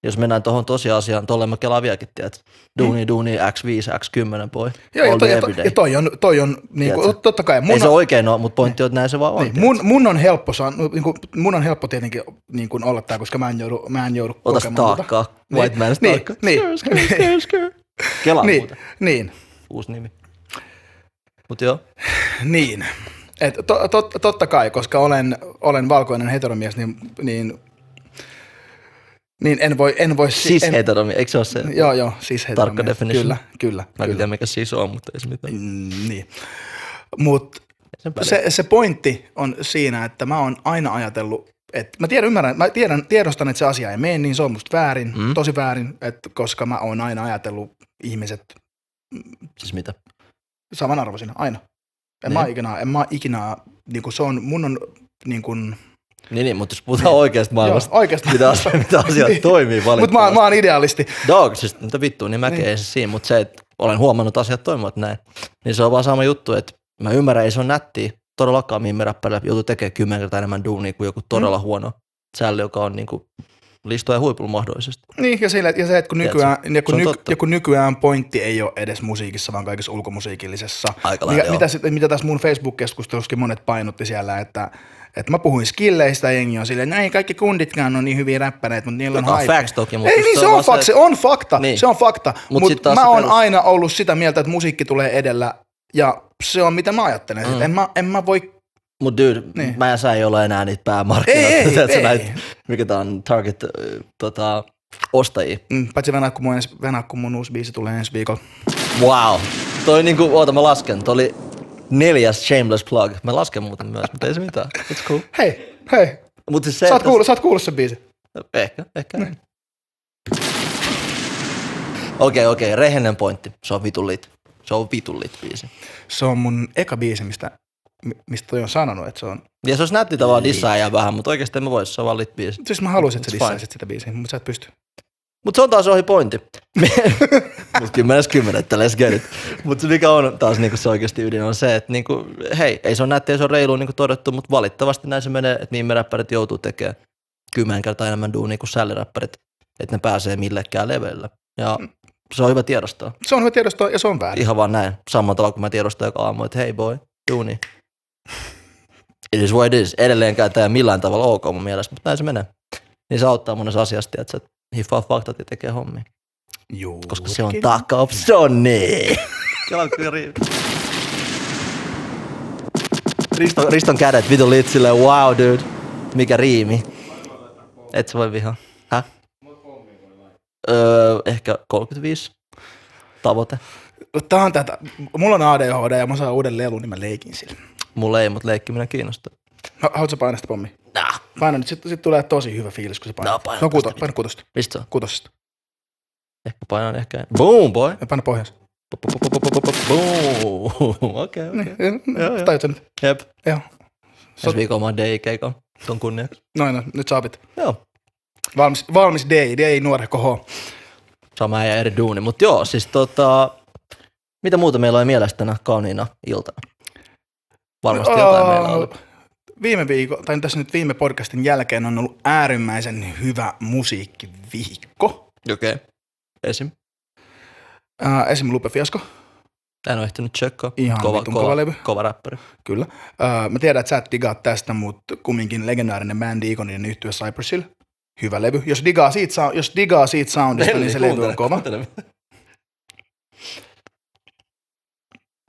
[SPEAKER 3] Jos mennään tuohon tosiasiaan, tolle mä kelaan vieläkin, tiedät. Duuni, mm. duuni, X5, X10, boy.
[SPEAKER 1] Joo, ja
[SPEAKER 3] All
[SPEAKER 1] toi,
[SPEAKER 3] day,
[SPEAKER 1] ja,
[SPEAKER 3] every
[SPEAKER 1] toi,
[SPEAKER 3] day.
[SPEAKER 1] ja toi on, toi on niin kuin,
[SPEAKER 3] Tiedätkö?
[SPEAKER 1] totta kai.
[SPEAKER 3] Ei
[SPEAKER 1] Mun
[SPEAKER 3] se
[SPEAKER 1] on,
[SPEAKER 3] oikein ole, mutta pointti on, että näin se vaan on.
[SPEAKER 1] niin, mun, mun, on helppo, saan, niin kuin, mun on helppo tietenkin niin kuin olla tää, koska mä en joudu, mä en joudu
[SPEAKER 3] Ota
[SPEAKER 1] kokemaan muuta.
[SPEAKER 3] taakkaa, White Man's
[SPEAKER 1] niin,
[SPEAKER 3] taakka.
[SPEAKER 1] niin,
[SPEAKER 3] Skr, skr, skr, skr. Kelaa
[SPEAKER 1] Niin,
[SPEAKER 3] muuten,
[SPEAKER 1] niin,
[SPEAKER 3] uusi nimi. Mut joo,
[SPEAKER 1] niin. Et to, to, totta kai, koska olen, olen valkoinen heteromies, niin, niin, niin en voi... En voi
[SPEAKER 3] sis
[SPEAKER 1] en,
[SPEAKER 3] siis heteromi, eikö se ole se?
[SPEAKER 1] Joo, joo, siis heteromies.
[SPEAKER 3] definition.
[SPEAKER 1] Kyllä, kyllä.
[SPEAKER 3] Mä en
[SPEAKER 1] kyllä.
[SPEAKER 3] tiedä mikä sis on, mutta ei se mitään.
[SPEAKER 1] Mm, niin. Mut
[SPEAKER 3] Sen päälle.
[SPEAKER 1] se, se pointti on siinä, että mä oon aina ajatellut, että mä tiedän, ymmärrän, mä tiedän, tiedostan, että se asia ei mene, niin se on musta väärin, mm. tosi väärin, että koska mä oon aina ajatellut ihmiset
[SPEAKER 3] Siis mitä?
[SPEAKER 1] samanarvoisina, aina. En mä
[SPEAKER 3] Niin.
[SPEAKER 1] oon ikinä, en mä oon ikinä, niin kuin se on, mun on niin kuin,
[SPEAKER 3] Niin, niin, mutta jos puhutaan oikeasta
[SPEAKER 1] joo,
[SPEAKER 3] maailmasta,
[SPEAKER 1] oikeasti.
[SPEAKER 3] mitä, asia, mitä asiat
[SPEAKER 1] Niin.
[SPEAKER 3] toimii
[SPEAKER 1] Mutta mä,
[SPEAKER 3] valitettavasti.
[SPEAKER 1] oon- mä oon idealisti.
[SPEAKER 3] Dog, siis mitä vittua, niin mäkin
[SPEAKER 1] Niin.
[SPEAKER 3] niin. ei se siinä, mutta se, että olen huomannut että asiat toimivat näin, niin se on vaan sama juttu, että mä ymmärrän, ei se on nättiä, todellakaan mihin meräppäillä joutuu tekemään kymmenen kertaa enemmän duunia kuin joku todella mm. huono sälli, joka on niinku listoja huipulla mahdollisesti.
[SPEAKER 1] Niin, ja, sillä, ja se, että kun
[SPEAKER 3] Tiedät,
[SPEAKER 1] nykyään, ja kun,
[SPEAKER 3] on
[SPEAKER 1] nyk,
[SPEAKER 3] totta.
[SPEAKER 1] ja kun nykyään pointti ei ole edes musiikissa, vaan kaikessa ulkomusiikillisessa.
[SPEAKER 3] Aika lailla,
[SPEAKER 1] Mikä,
[SPEAKER 3] joo.
[SPEAKER 1] mitä, sit- mitä tässä mun Facebook-keskustelussakin monet painotti siellä, että, että mä puhuin skilleistä, ja jengi on silleen, no ei kaikki kunditkään on niin hyviä räppäreitä, mutta niillä on
[SPEAKER 3] Joka on
[SPEAKER 1] hype.
[SPEAKER 3] facts toki, mutta
[SPEAKER 1] Ei niin, se on, fak, se on fakta, niin.
[SPEAKER 3] Niin.
[SPEAKER 1] se on fakta.
[SPEAKER 3] Mut
[SPEAKER 1] Mutta
[SPEAKER 3] sit
[SPEAKER 1] Mut
[SPEAKER 3] taas
[SPEAKER 1] mä
[SPEAKER 3] se
[SPEAKER 1] oon
[SPEAKER 3] perus-
[SPEAKER 1] aina ollut sitä mieltä, että musiikki tulee edellä, ja se on mitä mä ajattelen. Mm.
[SPEAKER 3] Mm.
[SPEAKER 1] En, mä, en mä voi
[SPEAKER 3] Mut dude,
[SPEAKER 1] Niin.
[SPEAKER 3] niin. mä ja sä ei ole enää niitä päämarkkinoita,
[SPEAKER 1] Ei, ei,
[SPEAKER 3] Tiedätkö
[SPEAKER 1] ei.
[SPEAKER 3] näitä, mikä tää on target äh, tota, ostajia.
[SPEAKER 1] Mm, Paitsi Venä, kun mun, ensi, Venä, kun mun uusi biisi tulee ensi viikolla.
[SPEAKER 3] Wow. Toi niinku, oota mä lasken, toi oli neljäs shameless plug. Mä lasken muuten myös, mutta ei se mitään. It's cool.
[SPEAKER 1] Hei, hei,
[SPEAKER 3] Mut siis se,
[SPEAKER 1] sä oot,
[SPEAKER 3] että- no,
[SPEAKER 1] kuullut, sä oot kuullut sen biisin.
[SPEAKER 3] Ehkä, ehkä. Okei, okei, rehellinen pointti. Se on vitullit. Se on vitullit biisi.
[SPEAKER 1] Se on mun eka biisi, mistä, mi- mistä toi on sanonut, että se on...
[SPEAKER 3] Ja se olisi nätti tavallaan dissaa ja vähän, mutta oikeasti mä voisi, se on vaan lit biisi.
[SPEAKER 1] Siis mä haluaisin, että sä
[SPEAKER 3] It's fine.
[SPEAKER 1] dissaisit sitä biisiä, mutta sä et pysty.
[SPEAKER 3] Mutta se on taas ohi pointti. Mut kymmenes kymmenettä, let's get it. Mut se mikä on taas niinku se oikeasti ydin on se, että niinku, hei, ei se on nätti, ei se on reilu niinku todettu, mutta valitettavasti näin se menee, että niin me räppärit joutuu tekemään kymmenen kertaa enemmän duunia kuin sälliräppärit, että ne pääsee millekään levelillä. Ja se on hyvä tiedostaa.
[SPEAKER 1] Se on hyvä tiedostoa ja se on väärin.
[SPEAKER 3] ihan vaan näin. Samalla tavalla kuin mä tiedostan joka aamu, että hei boy, duuni. It is what it is. Edelleenkään tämä ei ole millään tavalla ok mun mielestä, mutta näin se menee. Niin se auttaa monessa asiassa, että sä hiffaa faktat ja tekee hommia.
[SPEAKER 1] Juu.
[SPEAKER 3] Koska se niin. on taka of Sony. Kela kyllä ri- Risto, Riston kädet vitu lit silleen, wow dude, mikä riimi. Et sä voi vihaa. Häh? Öö, ehkä 35 tavoite.
[SPEAKER 1] Tää on tätä. Mulla on ADHD ja mä saan uuden lelun, niin mä leikin sillä.
[SPEAKER 3] Mulle ei, mutta leikkiminen kiinnostaa.
[SPEAKER 1] No, haluatko sä painaa sitä pommi?
[SPEAKER 3] Nah.
[SPEAKER 1] Paina nyt, sit, sit tulee tosi hyvä fiilis, kun sä painat.
[SPEAKER 3] No, paina
[SPEAKER 1] no kuuto,
[SPEAKER 3] tästä
[SPEAKER 1] paina kuutosta.
[SPEAKER 3] Mistä se on?
[SPEAKER 1] Kuutosesta.
[SPEAKER 3] Ehkä painan, ehkä en. Boom, boy!
[SPEAKER 1] Ja paina pohjansa.
[SPEAKER 3] Pop, pop, pop, pop, pop, pop. Boom! Okei, okei.
[SPEAKER 1] Niin, niin,
[SPEAKER 3] Joo,
[SPEAKER 1] sä
[SPEAKER 3] joo.
[SPEAKER 1] tajut sen nyt.
[SPEAKER 3] Jep.
[SPEAKER 1] Joo.
[SPEAKER 3] Ensi viikolla mä oon DI-keikon. Ton kunniaksi.
[SPEAKER 1] Noin, no, nyt saapit.
[SPEAKER 3] Joo.
[SPEAKER 1] Valmis, valmis day, day nuorehko H.
[SPEAKER 3] Sama ja eri duuni. Mut joo, siis tota... Mitä muuta meillä oli mielessä tänä kauniina iltana? Varmasti jotain
[SPEAKER 1] Aa,
[SPEAKER 3] meillä oli.
[SPEAKER 1] Viime viikko, tai tässä nyt viime podcastin jälkeen on ollut äärimmäisen hyvä musiikkiviikko.
[SPEAKER 3] Okei. Okay. Esim.
[SPEAKER 1] Äh, esim. Lupe Fiasko,
[SPEAKER 3] En ole ehtinyt tsekkaa.
[SPEAKER 1] Ihan
[SPEAKER 3] kova,
[SPEAKER 1] vitun
[SPEAKER 3] kova,
[SPEAKER 1] kova levy.
[SPEAKER 3] Kova räppäri.
[SPEAKER 1] kyllä. Äh, mä tiedän, että sä et digaa tästä, mutta kumminkin legendaarinen bändi ikoninen yhtyö Cypress Hill. Hyvä levy. Jos digaa siitä, sou- jos digaa siitä soundista, niin se levy on kova.
[SPEAKER 3] kuuntele.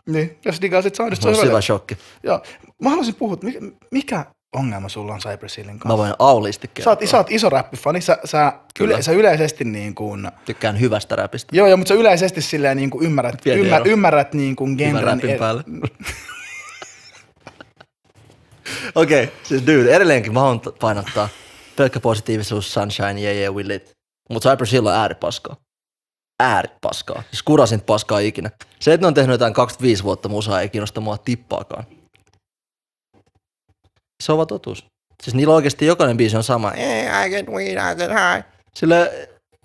[SPEAKER 1] Niin, jos digaa siitä soundista, se
[SPEAKER 3] Mulla
[SPEAKER 1] on
[SPEAKER 3] on
[SPEAKER 1] hyvä
[SPEAKER 3] syvä
[SPEAKER 1] levy.
[SPEAKER 3] shokki.
[SPEAKER 1] Joo. Mä haluaisin puhua, että mikä, mikä ongelma sulla on Cypress Hillin
[SPEAKER 3] Mä
[SPEAKER 1] kanssa?
[SPEAKER 3] voin aulisti
[SPEAKER 1] Sä
[SPEAKER 3] kertoa.
[SPEAKER 1] oot, sä oot iso räppifani, sä, sä, yle,
[SPEAKER 3] Kyllä.
[SPEAKER 1] sä yleisesti niin kuin,
[SPEAKER 3] Tykkään hyvästä räpistä.
[SPEAKER 1] joo, joo, mutta sä yleisesti silleen niin kuin ymmärrät,
[SPEAKER 3] Pieni
[SPEAKER 1] ymmär,
[SPEAKER 3] ero.
[SPEAKER 1] ymmärrät niin kuin
[SPEAKER 3] Hyvän
[SPEAKER 1] genren.
[SPEAKER 3] räpin päälle. Okei, okay, siis dude, edelleenkin mä haluan painottaa pelkkä positiivisuus, sunshine, yeah, yeah, we lit. Mut Cypress Hill on ääripaskaa. Ääripaskaa. Siis kurasin paskaa ikinä. Se, että ne on tehnyt jotain 25 vuotta musaa, ei kiinnosta mua tippaakaan. Se on vaan totuus. Siis niillä oikeasti jokainen biisi on sama. Yeah, I get weed, I get high. Sillä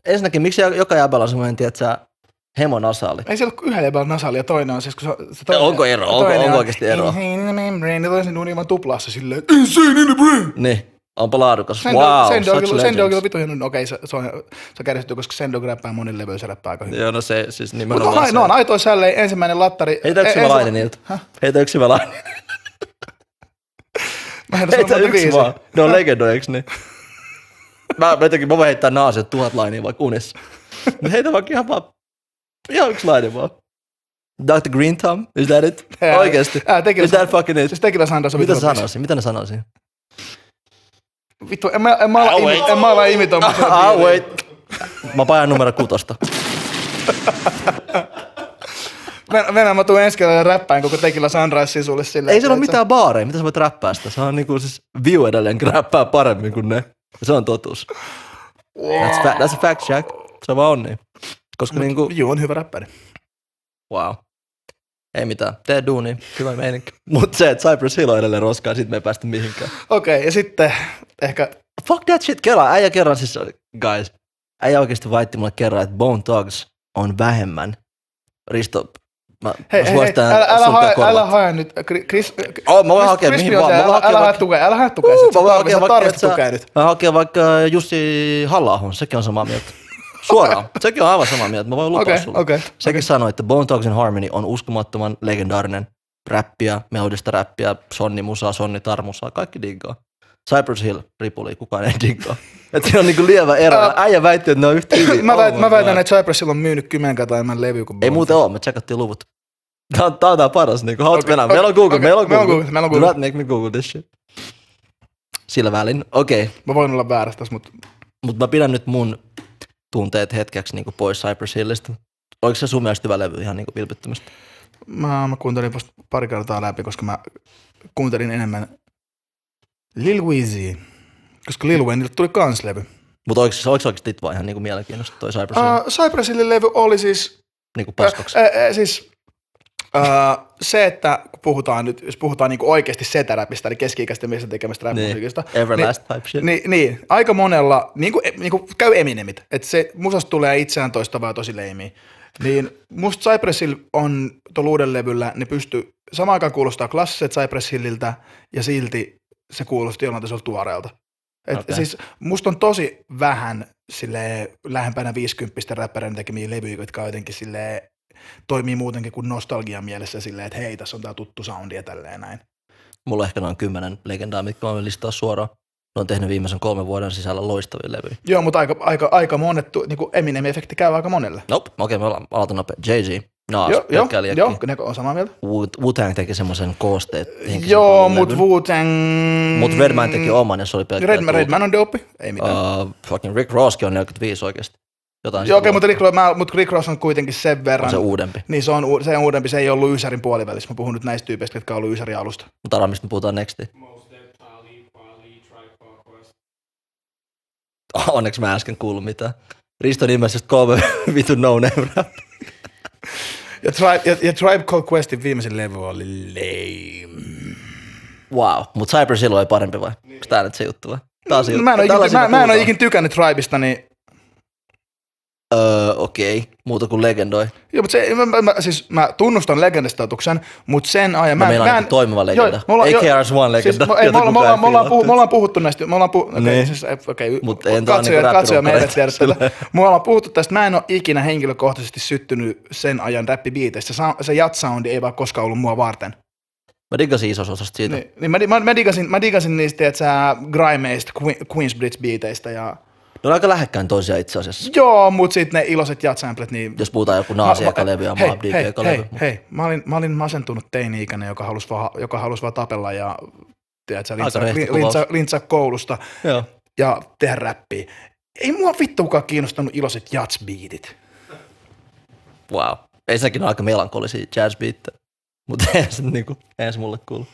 [SPEAKER 3] ensinnäkin, miksi joka jäbällä on semmoinen, tiedätkö, hemon asaali?
[SPEAKER 1] Ei siellä ole kuin yhden level nasali ja toinen on siis, kun se, se toinen,
[SPEAKER 3] Onko eroa? Onko-
[SPEAKER 1] toinen
[SPEAKER 3] onko
[SPEAKER 1] on
[SPEAKER 3] oikeasti eroa?
[SPEAKER 1] Insane in the membrane ja toisen univan tuplassa silleen Insane in the brain!
[SPEAKER 3] Niin. Onpa laadukas.
[SPEAKER 1] Sendo,
[SPEAKER 3] wow,
[SPEAKER 1] Sendo,
[SPEAKER 3] such
[SPEAKER 1] Sendo on
[SPEAKER 3] legends.
[SPEAKER 1] kyllä vitu hieno. No Okei, se, se, on, se kärsityy, koska Sendo gräppää monin levyys räppää aika hyvin.
[SPEAKER 3] Joo, no se siis
[SPEAKER 1] Mutta
[SPEAKER 3] nimenomaan
[SPEAKER 1] on,
[SPEAKER 3] se.
[SPEAKER 1] no on aitoin sällei, ensimmäinen lattari.
[SPEAKER 3] Heitä yksi
[SPEAKER 1] en-
[SPEAKER 3] vaan
[SPEAKER 1] ensi- No
[SPEAKER 3] niiltä. Heitä yksi vaan lainen.
[SPEAKER 1] Mä en edes
[SPEAKER 3] Heitä
[SPEAKER 1] ole monta
[SPEAKER 3] yksi
[SPEAKER 1] biisiä.
[SPEAKER 3] vaan. Ne on legendoja, eiks ne? Mä, mä jotenkin, mä voin heittää naaset tuhat lainia vaikka unessa. Mut heitä vaikka ihan vaan, ihan yksi lainen vaan. Dr. Green Thumb, is that it?
[SPEAKER 1] Ää,
[SPEAKER 3] Oikeesti.
[SPEAKER 1] ää, tekin-
[SPEAKER 3] Is that fucking it?
[SPEAKER 1] Siis Tequila Sandos on
[SPEAKER 3] Mitä
[SPEAKER 1] vitu.
[SPEAKER 3] sä
[SPEAKER 1] hyvä biisi.
[SPEAKER 3] sanoisin? Mitä ne sanoisin?
[SPEAKER 1] Vittu, en mä, en mä ala,
[SPEAKER 3] I'll
[SPEAKER 1] imi,
[SPEAKER 3] wait.
[SPEAKER 1] en mä ala imitoimaan. sen
[SPEAKER 3] Ah,
[SPEAKER 1] biisiä.
[SPEAKER 3] wait. Mä pajan numero kutosta.
[SPEAKER 1] Ven- Venä, mä tuun ensi kerralla räppään koko Tequila Sunrise sulle silleen.
[SPEAKER 3] Ei siellä ole
[SPEAKER 1] että-
[SPEAKER 3] mitään baareja, mitä sä voit räppää sitä. Se on niinku siis view edelleen räppää paremmin kuin ne. Se on totuus. That's, fa- that's a fact, Jack. Se vaan on niin. Koska niinku,
[SPEAKER 1] Juu, on hyvä räppäri.
[SPEAKER 3] wow. Ei mitään, tee duuni, hyvä meininki. Mut se, että Cypress Hill on edelleen roskaa, sit me ei päästä mihinkään.
[SPEAKER 1] Okei, okay, ja sitten ehkä...
[SPEAKER 3] Fuck that shit, kela. Äijä kerran siis, guys. Äijä oikeesti vaitti mulle kerran, että Bone Thugs on vähemmän. Risto, mä,
[SPEAKER 1] Hei,
[SPEAKER 3] mä
[SPEAKER 1] hei, hei,
[SPEAKER 3] suosittelen
[SPEAKER 1] älä, älä,
[SPEAKER 3] sulkea
[SPEAKER 1] hae,
[SPEAKER 3] korvat.
[SPEAKER 1] älä hae nyt. Kri- Chris,
[SPEAKER 3] Oo, mä voin hakea
[SPEAKER 1] Crispy
[SPEAKER 3] mihin
[SPEAKER 1] on
[SPEAKER 3] vaan,
[SPEAKER 1] siellä,
[SPEAKER 3] mä voin
[SPEAKER 1] älä,
[SPEAKER 3] hakea
[SPEAKER 1] älä hae
[SPEAKER 3] vaikka-
[SPEAKER 1] tukea, älä hae tukea.
[SPEAKER 3] Uu,
[SPEAKER 1] sit, sä
[SPEAKER 3] mä voin
[SPEAKER 1] tarvitset-
[SPEAKER 3] hakea
[SPEAKER 1] sä
[SPEAKER 3] vaikka,
[SPEAKER 1] tarvitset
[SPEAKER 3] että
[SPEAKER 1] tukea nyt.
[SPEAKER 3] mä hakea vaikka äh, Jussi halla sekin on samaa mieltä. Suoraan, sekin on aivan samaa mieltä, mä voin lupaa
[SPEAKER 1] Okei,
[SPEAKER 3] sulle.
[SPEAKER 1] okei.
[SPEAKER 3] Sekin sanoi, että Bone Thugs and Harmony on uskomattoman legendaarinen räppiä, melodista räppiä, sonni musaa, sonni tarmusaa, kaikki diggaa. Cypress Hill, Ripuli, kukaan ei diggaa. Et siinä on niinku lievä ero.
[SPEAKER 1] Ää.
[SPEAKER 3] Äijä väitti, että ne on yhtä hyviä. Oh
[SPEAKER 1] Mä, väit,
[SPEAKER 3] my
[SPEAKER 1] mä väitän,
[SPEAKER 3] God.
[SPEAKER 1] että Cypressilla on myynyt kymmenkertaa enemmän levyä kuin
[SPEAKER 3] Ei
[SPEAKER 1] Bone
[SPEAKER 3] muuten oo, me tsekattiin luvut. Tää on, tää on tää paras, niinku, how to
[SPEAKER 1] Okei,
[SPEAKER 3] okay,
[SPEAKER 1] okei,
[SPEAKER 3] Meillä on Google,
[SPEAKER 1] okei,
[SPEAKER 3] meillä on
[SPEAKER 1] meillä
[SPEAKER 3] Google.
[SPEAKER 1] on Google, meillä on Google.
[SPEAKER 3] Do not make me Google this shit. Sillä välin, okei. Okay.
[SPEAKER 1] Mä voin olla väärässä tässä, mutta
[SPEAKER 3] Mutta mä pidän nyt mun tunteet hetkeksi niinku pois Cypress Hillistä. Oliko se sun mielestä hyvä levy ihan niinku vilpittömästi?
[SPEAKER 1] mä, mä kuuntelin vasta pari kertaa läpi, koska mä kuuntelin enemmän Lil Weezy. Koska Lil Wayneille tuli kans levy.
[SPEAKER 3] Mutta oliko, oliko oikeasti it vaan ihan niinku mielenkiinnosta toi Cypress Hill
[SPEAKER 1] Uh, Cypressille levy oli siis
[SPEAKER 3] niinku paskaksi?
[SPEAKER 1] Äh, äh, äh, siis äh, se, että kun puhutaan nyt, jos puhutaan niinku oikeasti setäräpistä, eli keski-ikäisten miesten tekemästä
[SPEAKER 3] Niin.
[SPEAKER 1] rap-musiikista,
[SPEAKER 3] Everlast type shit.
[SPEAKER 1] niin, niin, aika monella, niin kuin, niin kuin käy Eminemit, että se musasta tulee itseään toistavaa ja tosi leimiä. Niin musta Cypress Hill on tuolla uuden levyllä, ne pystyy samaan aikaan kuulostaa klassiset Cypress Hilliltä ja silti se kuulosti jollain tasolla tuoreelta. Et
[SPEAKER 3] Okei.
[SPEAKER 1] okay. siis musta on tosi vähän sille lähempänä 50 räppärin tekemiä levyjä, jotka on jotenkin sille toimii muutenkin kuin nostalgian mielessä silleen, että hei, tässä on tää tuttu soundi ja tälleen näin.
[SPEAKER 3] Mulla on ehkä noin kymmenen legendaa, mitkä mä voin listaa suoraan. Ne on tehnyt viimeisen kolmen vuoden sisällä loistavia levyjä.
[SPEAKER 1] Joo, mutta aika, aika, aika monet, niin kuin Eminem-efekti käy aika monelle.
[SPEAKER 3] Nope, okei, me ollaan aloitan nopea. Jay-Z, Nas,
[SPEAKER 1] Joo, joo,
[SPEAKER 3] pelkkää liekkiä.
[SPEAKER 1] joo, ne on samaa mieltä.
[SPEAKER 3] Wu- Wu-Tang teki semmoisen koosteet. henkisen
[SPEAKER 1] Joo,
[SPEAKER 3] paljon
[SPEAKER 1] mut
[SPEAKER 3] levyn.
[SPEAKER 1] Wu-Tang...
[SPEAKER 3] Mut Redman teki oman ja se oli pelkkää.
[SPEAKER 1] Redman, Redman on dope, ei mitään. Uh,
[SPEAKER 3] Uh, fucking Rick Rosskin on 45 oikeesti. Jotain
[SPEAKER 1] joo,
[SPEAKER 3] sitä
[SPEAKER 1] okei, okay, mutta
[SPEAKER 3] luokkaa.
[SPEAKER 1] Rick, Ross- mä, mut Rick Ross on kuitenkin sen verran.
[SPEAKER 3] on se uudempi.
[SPEAKER 1] niin se on, u- se on uudempi, se ei ollut Ysärin puolivälissä. Mä puhun nyt näistä tyypeistä, jotka on ollut Ysärin alusta.
[SPEAKER 3] Mutta arvaa, mistä me puhutaan nexti. Ah, Onneksi mä äsken kuullut mitään. Risto nimessä kolme vitun no name rap.
[SPEAKER 1] Ja Tribe, ja, ja Tribe Called Questin viimeisin levy oli lame.
[SPEAKER 3] Wow, mutta Cypress Hill oli parempi vai? Onko tää nyt se juttu vai? Tää on se juttu.
[SPEAKER 1] Mä en ole ikin,
[SPEAKER 3] Tällaisia
[SPEAKER 1] mä,
[SPEAKER 3] me
[SPEAKER 1] mä en ole
[SPEAKER 3] puhutaan.
[SPEAKER 1] ikin tykännyt Tribeista, niin...
[SPEAKER 3] Öö, okei, okay. muuta kuin legendoi.
[SPEAKER 1] Joo, mutta se, mä, mä, mä- siis mä tunnustan legendastatuksen, mutta sen ajan...
[SPEAKER 3] Mä,
[SPEAKER 1] en-
[SPEAKER 3] meillä on
[SPEAKER 1] mä
[SPEAKER 3] niinku toimiva legenda.
[SPEAKER 1] me ollaan-
[SPEAKER 3] Ei
[SPEAKER 1] joo,
[SPEAKER 3] KRS-One
[SPEAKER 1] Siis,
[SPEAKER 3] legenda.
[SPEAKER 1] mo- ei, me, ollaan, me, ollaan, me, ollaan puhu, me ollaan puhuttu näistä, me ollaan puhuttu, okei, okay,
[SPEAKER 3] Niin.
[SPEAKER 1] siis, eh, okei,
[SPEAKER 3] Mut ei tää
[SPEAKER 1] katsoja,
[SPEAKER 3] on niinku
[SPEAKER 1] katsoja meille tiedä
[SPEAKER 3] räppirunkkareita.
[SPEAKER 1] tätä. Me ollaan puhuttu tästä, mä en ole ikinä henkilökohtaisesti syttynyt sen ajan räppibiiteistä, se, se jatsoundi ei vaan koskaan ollut mua varten.
[SPEAKER 3] Mä diggasin isossa osasta siitä.
[SPEAKER 1] Niin, niin mä, di- mä, mä, digasin, mä digasin niistä, että sä grimeista, Queen- Queensbridge-biiteistä ja...
[SPEAKER 3] Ne on aika lähekkäin toisia itse asiassa.
[SPEAKER 1] Joo, mut sit ne iloiset jatsamplet, niin...
[SPEAKER 3] Jos puhutaan joku
[SPEAKER 1] Mä-
[SPEAKER 3] naasi
[SPEAKER 1] mä-
[SPEAKER 3] eka levy ja
[SPEAKER 1] hei,
[SPEAKER 3] Mobb Deep
[SPEAKER 1] hei,
[SPEAKER 3] eka
[SPEAKER 1] hei,
[SPEAKER 3] levy.
[SPEAKER 1] Hei, mä olin, mä olin masentunut teini-ikäinen, joka halusi vaan, joka halusi vaan tapella ja tiedätkö, lintsa,
[SPEAKER 3] rehti
[SPEAKER 1] lin-
[SPEAKER 3] kuvaus.
[SPEAKER 1] lintsa, lintsa, koulusta
[SPEAKER 3] Joo.
[SPEAKER 1] ja tehdä räppiä. Ei mua vittuukaan kiinnostanut iloiset jatsbiitit.
[SPEAKER 3] Wow. Ensinnäkin on aika melankolisia jazzbiittejä. Mutta eihän se, niinku, eihän se mulle kuulu.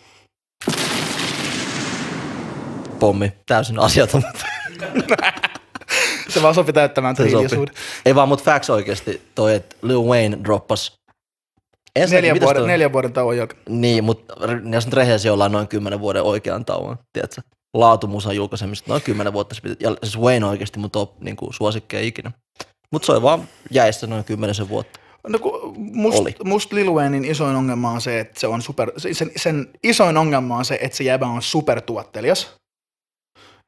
[SPEAKER 3] Pommi. Täysin asiaton.
[SPEAKER 1] Se vaan sopi täyttämään
[SPEAKER 3] Se
[SPEAKER 1] tämän
[SPEAKER 3] sopii.
[SPEAKER 1] hiljaisuuden.
[SPEAKER 3] Ei vaan, mutta facts oikeesti toi, että Lil Wayne droppas. Ensinnäkin,
[SPEAKER 1] Neljän
[SPEAKER 3] mitäs
[SPEAKER 1] vuoden,
[SPEAKER 3] toi-
[SPEAKER 1] neljän vuoden tauon jälkeen.
[SPEAKER 3] Niin, mutta jos nyt rehellisiä ollaan noin 10 vuoden oikean tauon, tiedätkö? Laatumusan julkaisemista noin 10 vuotta se piti, ja siis Wayne oikeasti mun top niin kuin, suosikkeja ikinä. Mutta se oli vaan jäissä noin kymmenisen vuotta.
[SPEAKER 1] No kun must,
[SPEAKER 3] Oli.
[SPEAKER 1] must Lil Waynein isoin ongelma on se, että se on super, se- sen, sen isoin ongelma on se, että se jäbä on supertuottelias.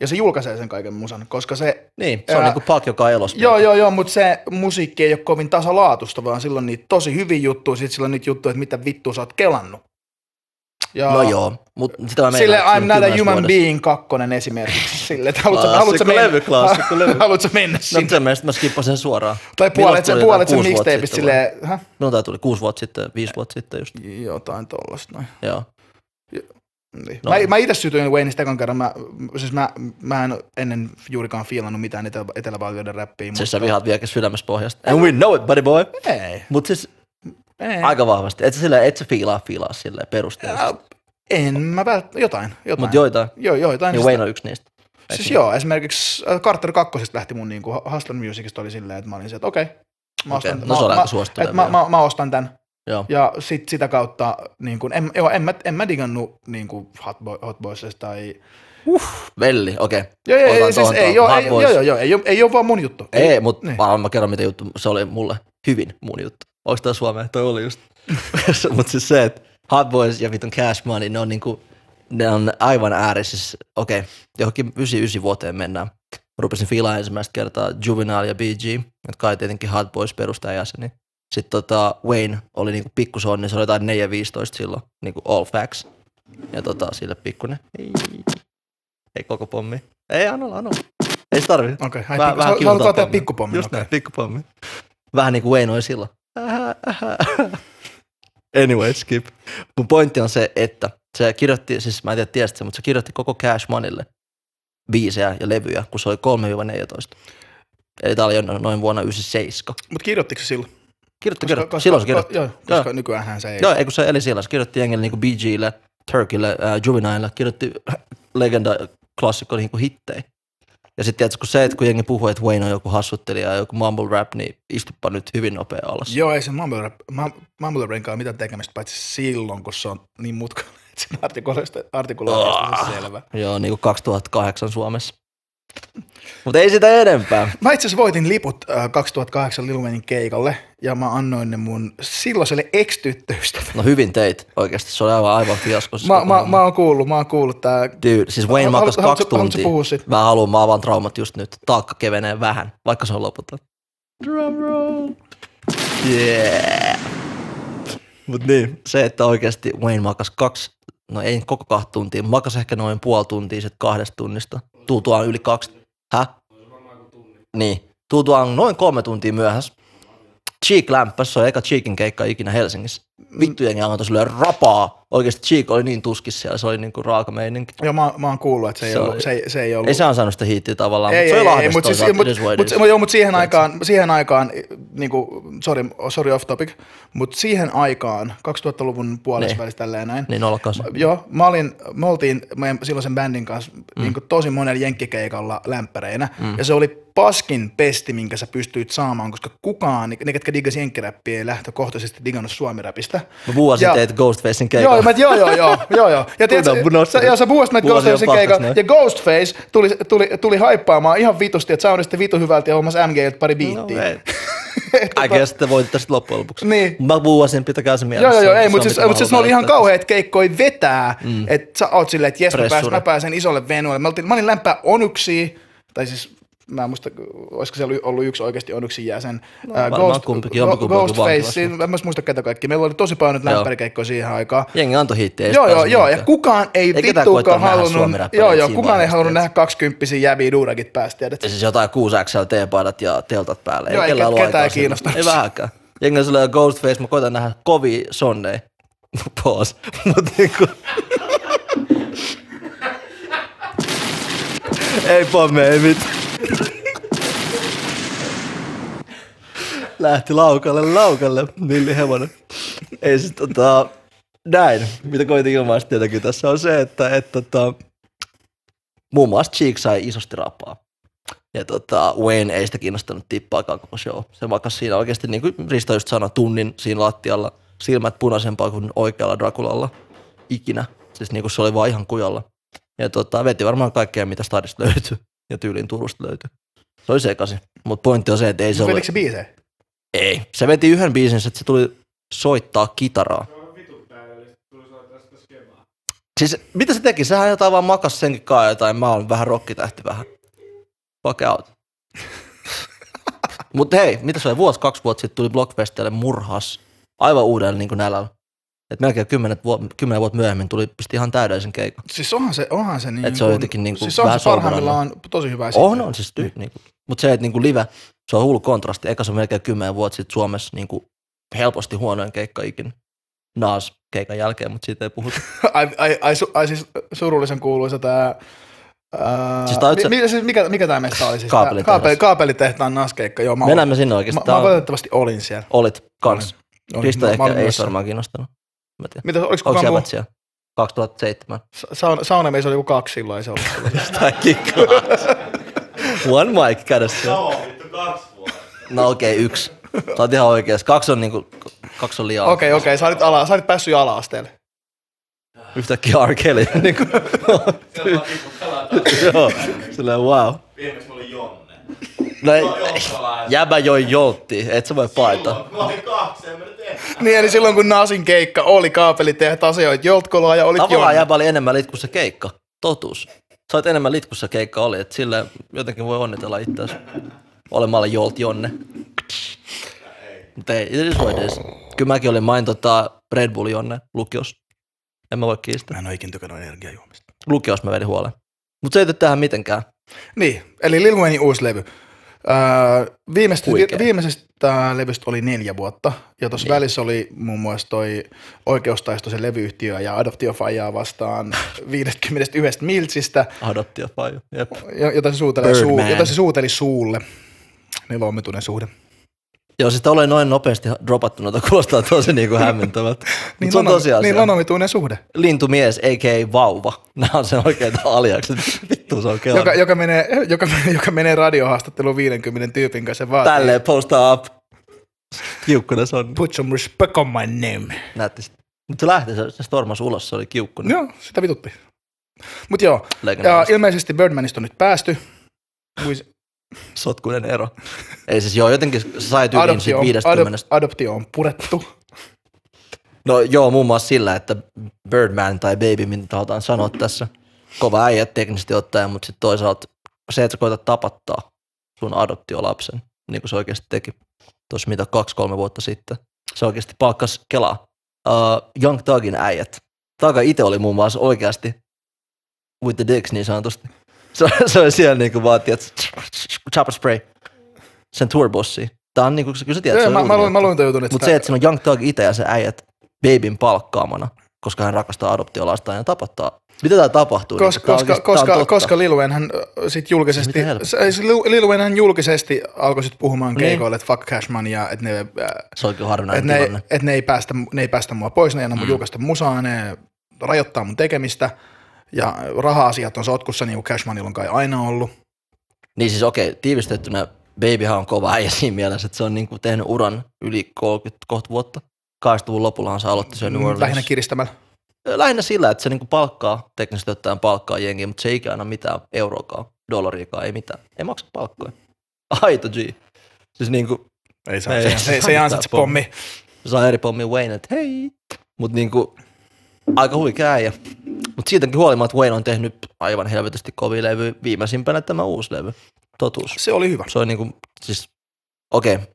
[SPEAKER 1] Ja se julkaisee sen kaiken musan, koska se...
[SPEAKER 3] Niin, se on
[SPEAKER 1] Ää,
[SPEAKER 3] niinku pak, joka elos.
[SPEAKER 1] Joo, joo, joo, mutta se musiikki ei ole kovin tasalaatusta, vaan silloin niitä tosi hyviä juttuja, sit silloin niitä juttuja, että mitä vittua sä oot kelannut. Ja
[SPEAKER 3] No joo, mutta sitä mä
[SPEAKER 1] Sille
[SPEAKER 3] meinaan,
[SPEAKER 1] I'm
[SPEAKER 3] että
[SPEAKER 1] not a
[SPEAKER 3] kymmenes
[SPEAKER 1] human
[SPEAKER 3] vuodessa-
[SPEAKER 1] being kakkonen esimerkiksi. Sille, että haluatko,
[SPEAKER 3] Klassikko
[SPEAKER 1] haluatko, mennä,
[SPEAKER 3] levy, klassikko levy.
[SPEAKER 1] haluatko mennä
[SPEAKER 3] No,
[SPEAKER 1] sinne?
[SPEAKER 3] mutta sen mielestä mä skippasin sen suoraan.
[SPEAKER 1] tai
[SPEAKER 3] Milloin
[SPEAKER 1] puolet sen,
[SPEAKER 3] tuli
[SPEAKER 1] puolet
[SPEAKER 3] tää?
[SPEAKER 1] sen
[SPEAKER 3] Kuusi vuotta
[SPEAKER 1] mixtapeista
[SPEAKER 3] sitten vai?
[SPEAKER 1] silleen, häh?
[SPEAKER 3] Milloin tää tuli? Kuusi vuotta sitten, viisi vuotta sitten just.
[SPEAKER 1] jotain tollasta noin.
[SPEAKER 3] Joo.
[SPEAKER 1] Niin.
[SPEAKER 3] No
[SPEAKER 1] Mä,
[SPEAKER 3] niin.
[SPEAKER 1] mä itse sytyin Wayneista ekan kerran. Mä, siis mä, mä en ennen juurikaan fiilannut mitään etelä, etelävaltioiden räppiä.
[SPEAKER 3] Siis sä vihaat vieläkin sydämessä pohjasta. And we know it, buddy boy.
[SPEAKER 1] Ei,
[SPEAKER 3] Mut siis
[SPEAKER 1] ei.
[SPEAKER 3] aika vahvasti. Et sä, sillä, et sä fiilaa fiilaa silleen perusteella.
[SPEAKER 1] Äh, En mä välttämättä, jotain. jotain.
[SPEAKER 3] Mut joitain.
[SPEAKER 1] Joo, joitain.
[SPEAKER 3] Niin
[SPEAKER 1] Siis-
[SPEAKER 3] Wayne on yksi niistä. Eikö
[SPEAKER 1] Siis
[SPEAKER 3] niin?
[SPEAKER 1] joo, esimerkiksi äh, Carter 2 lähti mun niinku Hustler Musicista oli silleen, että mä olin se, että okei, mä
[SPEAKER 3] Okei,
[SPEAKER 1] ostan,
[SPEAKER 3] no se on
[SPEAKER 1] mä,
[SPEAKER 3] aika
[SPEAKER 1] mä,
[SPEAKER 3] suosittu
[SPEAKER 1] et mä,
[SPEAKER 3] levy, joo.
[SPEAKER 1] mä, mä, ostan tän.
[SPEAKER 3] Joo.
[SPEAKER 1] Ja sit sitä kautta, niin kun, en, joo, en, mä, en mä digannut niin kuin Hot, Boy, Hot Boysista tai...
[SPEAKER 3] Velli, okei.
[SPEAKER 1] Joo, joo,
[SPEAKER 3] Otan
[SPEAKER 1] ei, siis,
[SPEAKER 3] tuon, tuon.
[SPEAKER 1] ei, joo,
[SPEAKER 3] Hot
[SPEAKER 1] ei, joo,
[SPEAKER 3] Boys.
[SPEAKER 1] joo, joo, ei, oo- ei ole vaan mun juttu.
[SPEAKER 3] Ei, mutta
[SPEAKER 1] niin.
[SPEAKER 3] niin. vaan mä kerron mitä juttu, se oli mulle hyvin mun juttu. Onko tää Suomea? Toi oli just. mutta siis se, että Hot Boys ja vitun Cash Money, ne on niinku, ne on aivan äärisissä, okei, okay, johonkin 99 vuoteen mennään. Rupesin fiilaa ensimmäistä kertaa Juvenile ja BG, jotka oli tietenkin Hot Boys perustajajäseni. Sitten tota, Wayne oli niinku pikkusonni, se oli jotain 4-15 silloin, niinku all facts. Ja tota, sille pikkunen, ei, ei koko pommi. Ei, anna olla, anna olla. Ei se tarvii.
[SPEAKER 1] Okei, okay,
[SPEAKER 3] Vähän-
[SPEAKER 1] vähän,
[SPEAKER 3] vähän
[SPEAKER 1] vähän sä, sä tehdä
[SPEAKER 3] kiusaaminen.
[SPEAKER 1] pikkupommin.
[SPEAKER 3] Just
[SPEAKER 1] okei.
[SPEAKER 3] näin, pikkupommi. Vähän niin kuin Wayne oli silloin. anyway, skip. Mun pointti on se, että se kirjoitti, siis mä en tiedä tiedätkö, mutta se kirjoitti koko Cash Moneylle biisejä ja levyjä, kun se oli 3-14. Eli tää oli jo no- noin vuonna 97.
[SPEAKER 1] Mut kirjoittiko se silloin?
[SPEAKER 3] Kirjoitti, kirjoitti. Silloin se kirjoitti.
[SPEAKER 1] Joo, koska nykyäänhän se ei.
[SPEAKER 3] Joo, No, ei kun se eli siellä. Se kirjoitti jengille niin BGlle, Turkille, äh, Juvenilelle, kirjoitti legenda klassikko niin kuin hittei. Ja sitten tiedätkö, kun se, että kun jengi puhuu, että Wayne on joku hassuttelija ja joku mumble rap, niin istupa nyt hyvin nopea alas.
[SPEAKER 1] Joo, ei se mumble rap, mu- mumble rapin kanssa ole mitään tekemistä, paitsi silloin, kun se on niin mutkainen, että sen artikuloista, artikuloista on se selvä.
[SPEAKER 3] Joo, niin kuin 2008 Suomessa. Mutta ei sitä enempää.
[SPEAKER 1] Mä itse asiassa voitin liput äh, 2008 Lil Waynein keikalle, ja mä annoin ne mun silloiselle ex-tyttöystävälle.
[SPEAKER 3] No hyvin teit oikeasti. Se oli aivan aivan fiasko. siis
[SPEAKER 1] Mä,
[SPEAKER 3] koko
[SPEAKER 1] mä,
[SPEAKER 3] homma.
[SPEAKER 1] mä oon kuullut, mä oon kuullut tää.
[SPEAKER 3] Dude, siis Wayne
[SPEAKER 1] Haluatko-
[SPEAKER 3] makas kaksi
[SPEAKER 1] haluatko- haluatko
[SPEAKER 3] tuntia.
[SPEAKER 1] puhua sit?
[SPEAKER 3] Mä haluan, mä avaan traumat just nyt. Taakka kevenee vähän, vaikka se on loputon. Drumroll. Yeah. Mut niin, se, että oikeasti Wayne makas kaksi, no ei koko kahta tuntia, makas ehkä noin puoli tuntia sit kahdesta tunnista. Tultuaan yli kaksi. Häh? Niin. Tultuaan noin kolme tuntia myöhässä. Cheek lämpäs, se on eka Cheekin keikka ikinä Helsingissä. Vittu jengi alkoi silleen rapaa. Oikeasti Cheek oli niin tuskissa siellä, se oli niinku raaka meininki.
[SPEAKER 1] Joo, mä, mä oon kuullut, että se ei
[SPEAKER 3] Se
[SPEAKER 1] ollut.
[SPEAKER 3] oli-
[SPEAKER 1] Se, ei- se ei ollut.
[SPEAKER 3] Ei se on saanut sitä hiittiä tavallaan,
[SPEAKER 1] ei,
[SPEAKER 3] mutta se
[SPEAKER 1] ei,
[SPEAKER 3] oli
[SPEAKER 1] ei,
[SPEAKER 3] lahdessa
[SPEAKER 1] mut, siis, mut, mut,
[SPEAKER 3] toisaalta.
[SPEAKER 1] mut, joo, mut siihen aikaan, siihen aikaan, niinku, sorry, sorry off topic, mut siihen aikaan, 2000-luvun puolestavälissä tälleen näin,
[SPEAKER 3] Niin olkaas.
[SPEAKER 1] Joo, mä olin, me oltiin meidän silloisen bändin kanssa mm. niin tosi monen jenkkikeikalla lämpäreinä, mm. ja se oli paskin pesti, minkä sä pystyit saamaan, koska kukaan, ne ketkä diggas jenkkiräppiä, ei lähtökohtaisesti digannut suomiräpistä.
[SPEAKER 3] Mä vuosin
[SPEAKER 1] Ja-
[SPEAKER 3] No teet Ghostfacein keikalla.
[SPEAKER 1] Joo, mä, joo, joo, joo, joo, joo. Ja tiedät,
[SPEAKER 3] Kuinka on
[SPEAKER 1] sä, joo, sä buusit näitä
[SPEAKER 3] Buusi on
[SPEAKER 1] Ghostfacein
[SPEAKER 3] paskaksi
[SPEAKER 1] keikalla,
[SPEAKER 3] näin.
[SPEAKER 1] ja Ghostface tuli, tuli, tuli haippaamaan ihan vitusti, että soundisti vitu hyvältä ja hommasi MGltä pari biittiä.
[SPEAKER 3] No, ei. I guess te voititte sitten loppujen lopuksi.
[SPEAKER 1] Tuota- Niin.
[SPEAKER 3] Mä vuosin, pitäkää se mielessä.
[SPEAKER 1] Joo, joo, joo,
[SPEAKER 3] Se
[SPEAKER 1] ei,
[SPEAKER 3] on, niinku
[SPEAKER 1] mutta siis,
[SPEAKER 3] mitä mä
[SPEAKER 1] mut siis ne
[SPEAKER 3] haluan
[SPEAKER 1] oli ihan
[SPEAKER 3] välittää.
[SPEAKER 1] kauheat keikkoi vetää, mm. että sä oot silleen, että jes, mä pääsen,
[SPEAKER 3] Pressure.
[SPEAKER 1] mä pääsen isolle venuelle. Mä, oltiin, mä olin lämpää onyksiin, tai siis mä en muista, olisiko siellä ollut yksi oikeasti onyksin jäsen. No,
[SPEAKER 3] varmaan kumpikin, jompikumpi oli
[SPEAKER 1] Ghostface,
[SPEAKER 3] vankilassa,
[SPEAKER 1] en mä muista ketä kaikki. Meillä oli tosi paljon nyt
[SPEAKER 3] Joo.
[SPEAKER 1] lämpärikeikkoja siihen aikaan.
[SPEAKER 3] Jengi antoi hiittiä. ei
[SPEAKER 1] Joo,
[SPEAKER 3] se
[SPEAKER 1] joo,
[SPEAKER 3] pääse
[SPEAKER 1] joo, ja
[SPEAKER 3] mihinkään.
[SPEAKER 1] kukaan ei
[SPEAKER 3] Ei ketään
[SPEAKER 1] vittuukaan
[SPEAKER 3] koittanut nähdä
[SPEAKER 1] halunnut,
[SPEAKER 3] suomiräppäreitä
[SPEAKER 1] joo, joo,
[SPEAKER 3] siinä
[SPEAKER 1] kukaan ei
[SPEAKER 3] vaiheessa,
[SPEAKER 1] halunnut
[SPEAKER 3] tiedät.
[SPEAKER 1] nähdä kaksikymppisiä jäviä duurakit päästä, tiedät.
[SPEAKER 3] Ja siis jotain 6 XLT-paidat ja teltat päälle.
[SPEAKER 1] Joo, ei
[SPEAKER 3] kellään
[SPEAKER 1] ket-
[SPEAKER 3] ollut
[SPEAKER 1] ketään
[SPEAKER 3] aikaa siihen.
[SPEAKER 1] kiinnostanut
[SPEAKER 3] Ei
[SPEAKER 1] se.
[SPEAKER 3] vähäkään. Jengi on silleen Ghostface, mä koitan nähdä kovia sonneja. Pause. Mut niinku... ei pomme, ei mitään. Lähti laukalle, laukalle, villi hevonen. Ei sit tota, näin, mitä koitin ilmaista tietenkin tässä on se, että et, tota, muun muassa Cheek sai isosti rapaa. Ja tota, Wayne ei sitä kiinnostanut tippaakaan koko show. Se makas siinä oikeasti, niin kuin Risto just sanoi, tunnin siinä lattialla, silmät punaisempaa kuin oikealla Drakulalla ikinä. Siis niin kuin se oli vaan ihan kujalla. Ja tota, veti varmaan kaikkea, mitä Stadista löytyi ja tyylin Turusta löytyi. Se oli sekaisin. Mutta pointti on se, että ei siis se ollut...
[SPEAKER 1] Velikö se biisejä?
[SPEAKER 3] Ei. Se veti yhden biisin, että se tuli soittaa kitaraa. Siis mitä se teki? Sehän jotain vaan makas senkin kaa jotain. Mä oon vähän rokkitähti vähän. Fuck out. Mutta hei, mitä se oli? Vuosi, kaksi vuotta sitten tuli Blockfestille murhas. Aivan uudella niin nälällä. Et melkein kymmenen, vuot, kymmenen vuotta myöhemmin tuli pisti ihan täydellisen keikan.
[SPEAKER 1] Siis onhan se, onhan se niin
[SPEAKER 3] se on jotenkin niinku
[SPEAKER 1] siis on
[SPEAKER 3] vähän
[SPEAKER 1] se parhaimmillaan tosi hyvä esitys.
[SPEAKER 3] On, on siis ty, niin Mutta se, että niin live, se on hullu kontrasti. Eikä se on melkein kymmenen vuotta sitten Suomessa niin helposti huonoin keikka ikinä. Naas keikan jälkeen, mutta siitä ei puhuta.
[SPEAKER 1] Ai, ai, ai, su, ai siis surullisen kuuluisa tää... Ää,
[SPEAKER 3] Siis tää on
[SPEAKER 1] mi-
[SPEAKER 3] se-
[SPEAKER 1] mi, siis mikä, mikä tämä mesta oli? Siis
[SPEAKER 3] Kaapelitehdas.
[SPEAKER 1] tää Kaapel, kaapelitehtaan naskeikka, joo. Mä,
[SPEAKER 3] Mennään me sinne
[SPEAKER 1] olin, mä,
[SPEAKER 3] oikeasti.
[SPEAKER 1] mä
[SPEAKER 3] Tää on-
[SPEAKER 1] valitettavasti olin siellä.
[SPEAKER 3] Olit kans.
[SPEAKER 1] Olin,
[SPEAKER 3] Krista
[SPEAKER 1] mä-
[SPEAKER 3] ehkä
[SPEAKER 1] mä olin
[SPEAKER 3] ei
[SPEAKER 1] myös-
[SPEAKER 3] se varmaan kiinnostanut. Mä tiedän.
[SPEAKER 1] Mitä, oliko
[SPEAKER 3] Onko
[SPEAKER 1] kukaan
[SPEAKER 3] siellä
[SPEAKER 1] muu?
[SPEAKER 3] siellä? 2007.
[SPEAKER 1] Sa- Sauna, sauna meissä oli joku kaksi silloin, ei se ollut.
[SPEAKER 3] Tai kikkaas. One mic kädessä.
[SPEAKER 4] Joo, vittu kaksi vuotta.
[SPEAKER 3] No okei, okay, yksi. Sä oot ihan oikeas. Kaksi on niinku, kaksi on liian. Okay.
[SPEAKER 1] Okei, okei, sä olit, ala, sä olit päässyt jo ala-asteelle.
[SPEAKER 3] Yhtäkkiä R. Kelly. niinku.
[SPEAKER 4] Siellä vaan vittu pelataan.
[SPEAKER 3] Joo. Silleen wow.
[SPEAKER 4] Viimeksi mä olin Jonne.
[SPEAKER 3] No ei,
[SPEAKER 4] Joo, joo,
[SPEAKER 3] jäbä joi joltti, et sä voi paita.
[SPEAKER 4] Silloin, kun Mä olin kaksi, en mä nyt ehkä.
[SPEAKER 1] Niin, eli silloin kun Nasin keikka oli kaapelitehtaan, sä joit joltkolaa ja olit
[SPEAKER 3] Tavallaan
[SPEAKER 1] Jonna.
[SPEAKER 3] jäbä oli enemmän litkussa keikka. Totuus. Sä oot enemmän litkussa keikka oli, et sille jotenkin voi onnitella itseäsi olemalla jolt jonne. Mutta ei, it is what it is. Kyllä mäkin olin main tota Red Bull jonne lukios. En mä voi kiistää.
[SPEAKER 1] Mä en ole ikinä tykännyt energiajuomista.
[SPEAKER 3] Lukios mä vedin huolen. Mut se ei tee tähän mitenkään.
[SPEAKER 1] Niin, eli Lil Waynein uusi levy. Öö, viimeisestä,
[SPEAKER 3] Huikea.
[SPEAKER 1] viimeisestä levystä oli neljä vuotta, ja tuossa
[SPEAKER 3] Niin.
[SPEAKER 1] niin. välissä oli muun muassa toi oikeustaistoisen levyyhtiö ja adoptiofaijaa vastaan 51 miltsistä,
[SPEAKER 3] Adoptio paiju. Jep.
[SPEAKER 1] jo- jota se, suutelee suu,
[SPEAKER 3] Birdman.
[SPEAKER 1] jota se suuteli suulle. Meillä on omituinen suhde.
[SPEAKER 3] Joo, siis tää olen noin nopeasti dropattu noita, kuulostaa tosi niinku hämmentävältä. Mut se on
[SPEAKER 1] on,
[SPEAKER 3] tosiasia.
[SPEAKER 1] niin on omituinen suhde,
[SPEAKER 3] lintumies, a.k.a. vauva. Nämä on sen oikeita aliakset. Vittu se on kelaa.
[SPEAKER 1] joka, joka, menee, joka, menee- joka menee radiohaastatteluun 50 tyypin kanssa ja vaatii.
[SPEAKER 3] Tälleen posta up. Kiukkunen se on.
[SPEAKER 1] Put some respect on my name.
[SPEAKER 3] Näytti sit. Mutta se lähti, se, se stormasi ulos, se oli kiukkunen.
[SPEAKER 1] Joo, sitä vitutti. Mut joo, ja
[SPEAKER 3] Legendaarista.
[SPEAKER 1] ilmeisesti Birdmanista on nyt päästy. Muis-
[SPEAKER 3] Sotkunen ero. Ei siis joo, jotenkin se sai tyyliin
[SPEAKER 1] Adoptio
[SPEAKER 3] siitä
[SPEAKER 1] on,
[SPEAKER 3] 50.
[SPEAKER 1] adop, adoptio on purettu.
[SPEAKER 3] No joo, muun muassa sillä, että Birdman tai Baby, mitä halutaan sanoa tässä. Kova äijä teknisesti ottaen, mutta sitten toisaalta se, että sä koetat tapattaa sun adoptiolapsen, niin kuin se oikeasti teki tuossa mitä kaksi-kolme vuotta sitten. Se oikeasti palkkas kelaa. Uh, Young Thugin äijät. Taka itse oli muun muassa oikeasti with the dicks niin sanotusti. Se, se oli siellä niinku vaatii, että chopper spray sen tourbossi. Tää on niinku, kyllä sä tiedät,
[SPEAKER 1] Joo,
[SPEAKER 3] se
[SPEAKER 1] joo,
[SPEAKER 3] on
[SPEAKER 1] mä, mä,
[SPEAKER 3] uutinen.
[SPEAKER 1] luin, mä luin jutun, että
[SPEAKER 3] Mutta se, että siinä on Young Thug itse ja se äijät babyn palkkaamana, koska hän rakastaa adoptiolastaan ja tapattaa. Mitä tämä tapahtuu? Niin,
[SPEAKER 1] koska,
[SPEAKER 3] Tää on
[SPEAKER 1] koska,
[SPEAKER 3] oikeesti- tää on
[SPEAKER 1] koska,
[SPEAKER 3] totta.
[SPEAKER 1] koska Lil Wayne hän ö, sit julkisesti,
[SPEAKER 3] Mitä helvettiä?
[SPEAKER 1] se- se Lil- Lil Wayne hän julkisesti alkoi sit puhumaan
[SPEAKER 3] Niin.
[SPEAKER 1] keikoille, että fuck Cashman ja että ne, äh,
[SPEAKER 3] Se on kyllä
[SPEAKER 1] et
[SPEAKER 3] harvinainen
[SPEAKER 1] ne,
[SPEAKER 3] tilanne.
[SPEAKER 1] et ne, ei päästä, ne ei päästä mua pois, ne ei anna mun
[SPEAKER 3] Mm.
[SPEAKER 1] julkaista musaa, ne rajoittaa mun tekemistä ja raha-asiat on sotkussa, niin kuin Cashmanilla on kai aina ollut.
[SPEAKER 3] Niin siis okei, tiivistettynä Babyhan on kova äijä siinä mielessä, että se on niinku tehnyt uran yli 30 kohta vuorta. 80-luvun lopullahan se aloitti sen New Orleans.
[SPEAKER 1] Mm,
[SPEAKER 3] Äh,
[SPEAKER 1] Lähinnä kiristämällä.
[SPEAKER 3] Lähinnä sillä, että se niinku palkkaa, teknisesti ottaen palkkaa jengiä, mutta se ei ikinä anna mitään euroakaan, dollariakaan, ei mitään. Ei maksa palkkoja. Aito G. Siis niinku,
[SPEAKER 1] Ei saa,
[SPEAKER 3] Ei,
[SPEAKER 1] se, se, se ei
[SPEAKER 3] mitään
[SPEAKER 1] ansaitse
[SPEAKER 3] pommi.
[SPEAKER 1] pommi.
[SPEAKER 3] saa eri pommi Wayne, että hei. Mutta niinku, aika huikea äijä. Mutta siitäkin huolimatta Wayne on tehnyt aivan helvetisti kovia levyjä. Viimeisimpänä tämä uusi levy, Totuus.
[SPEAKER 1] Se oli hyvä.
[SPEAKER 3] Se on niinku, siis, okei. Okay.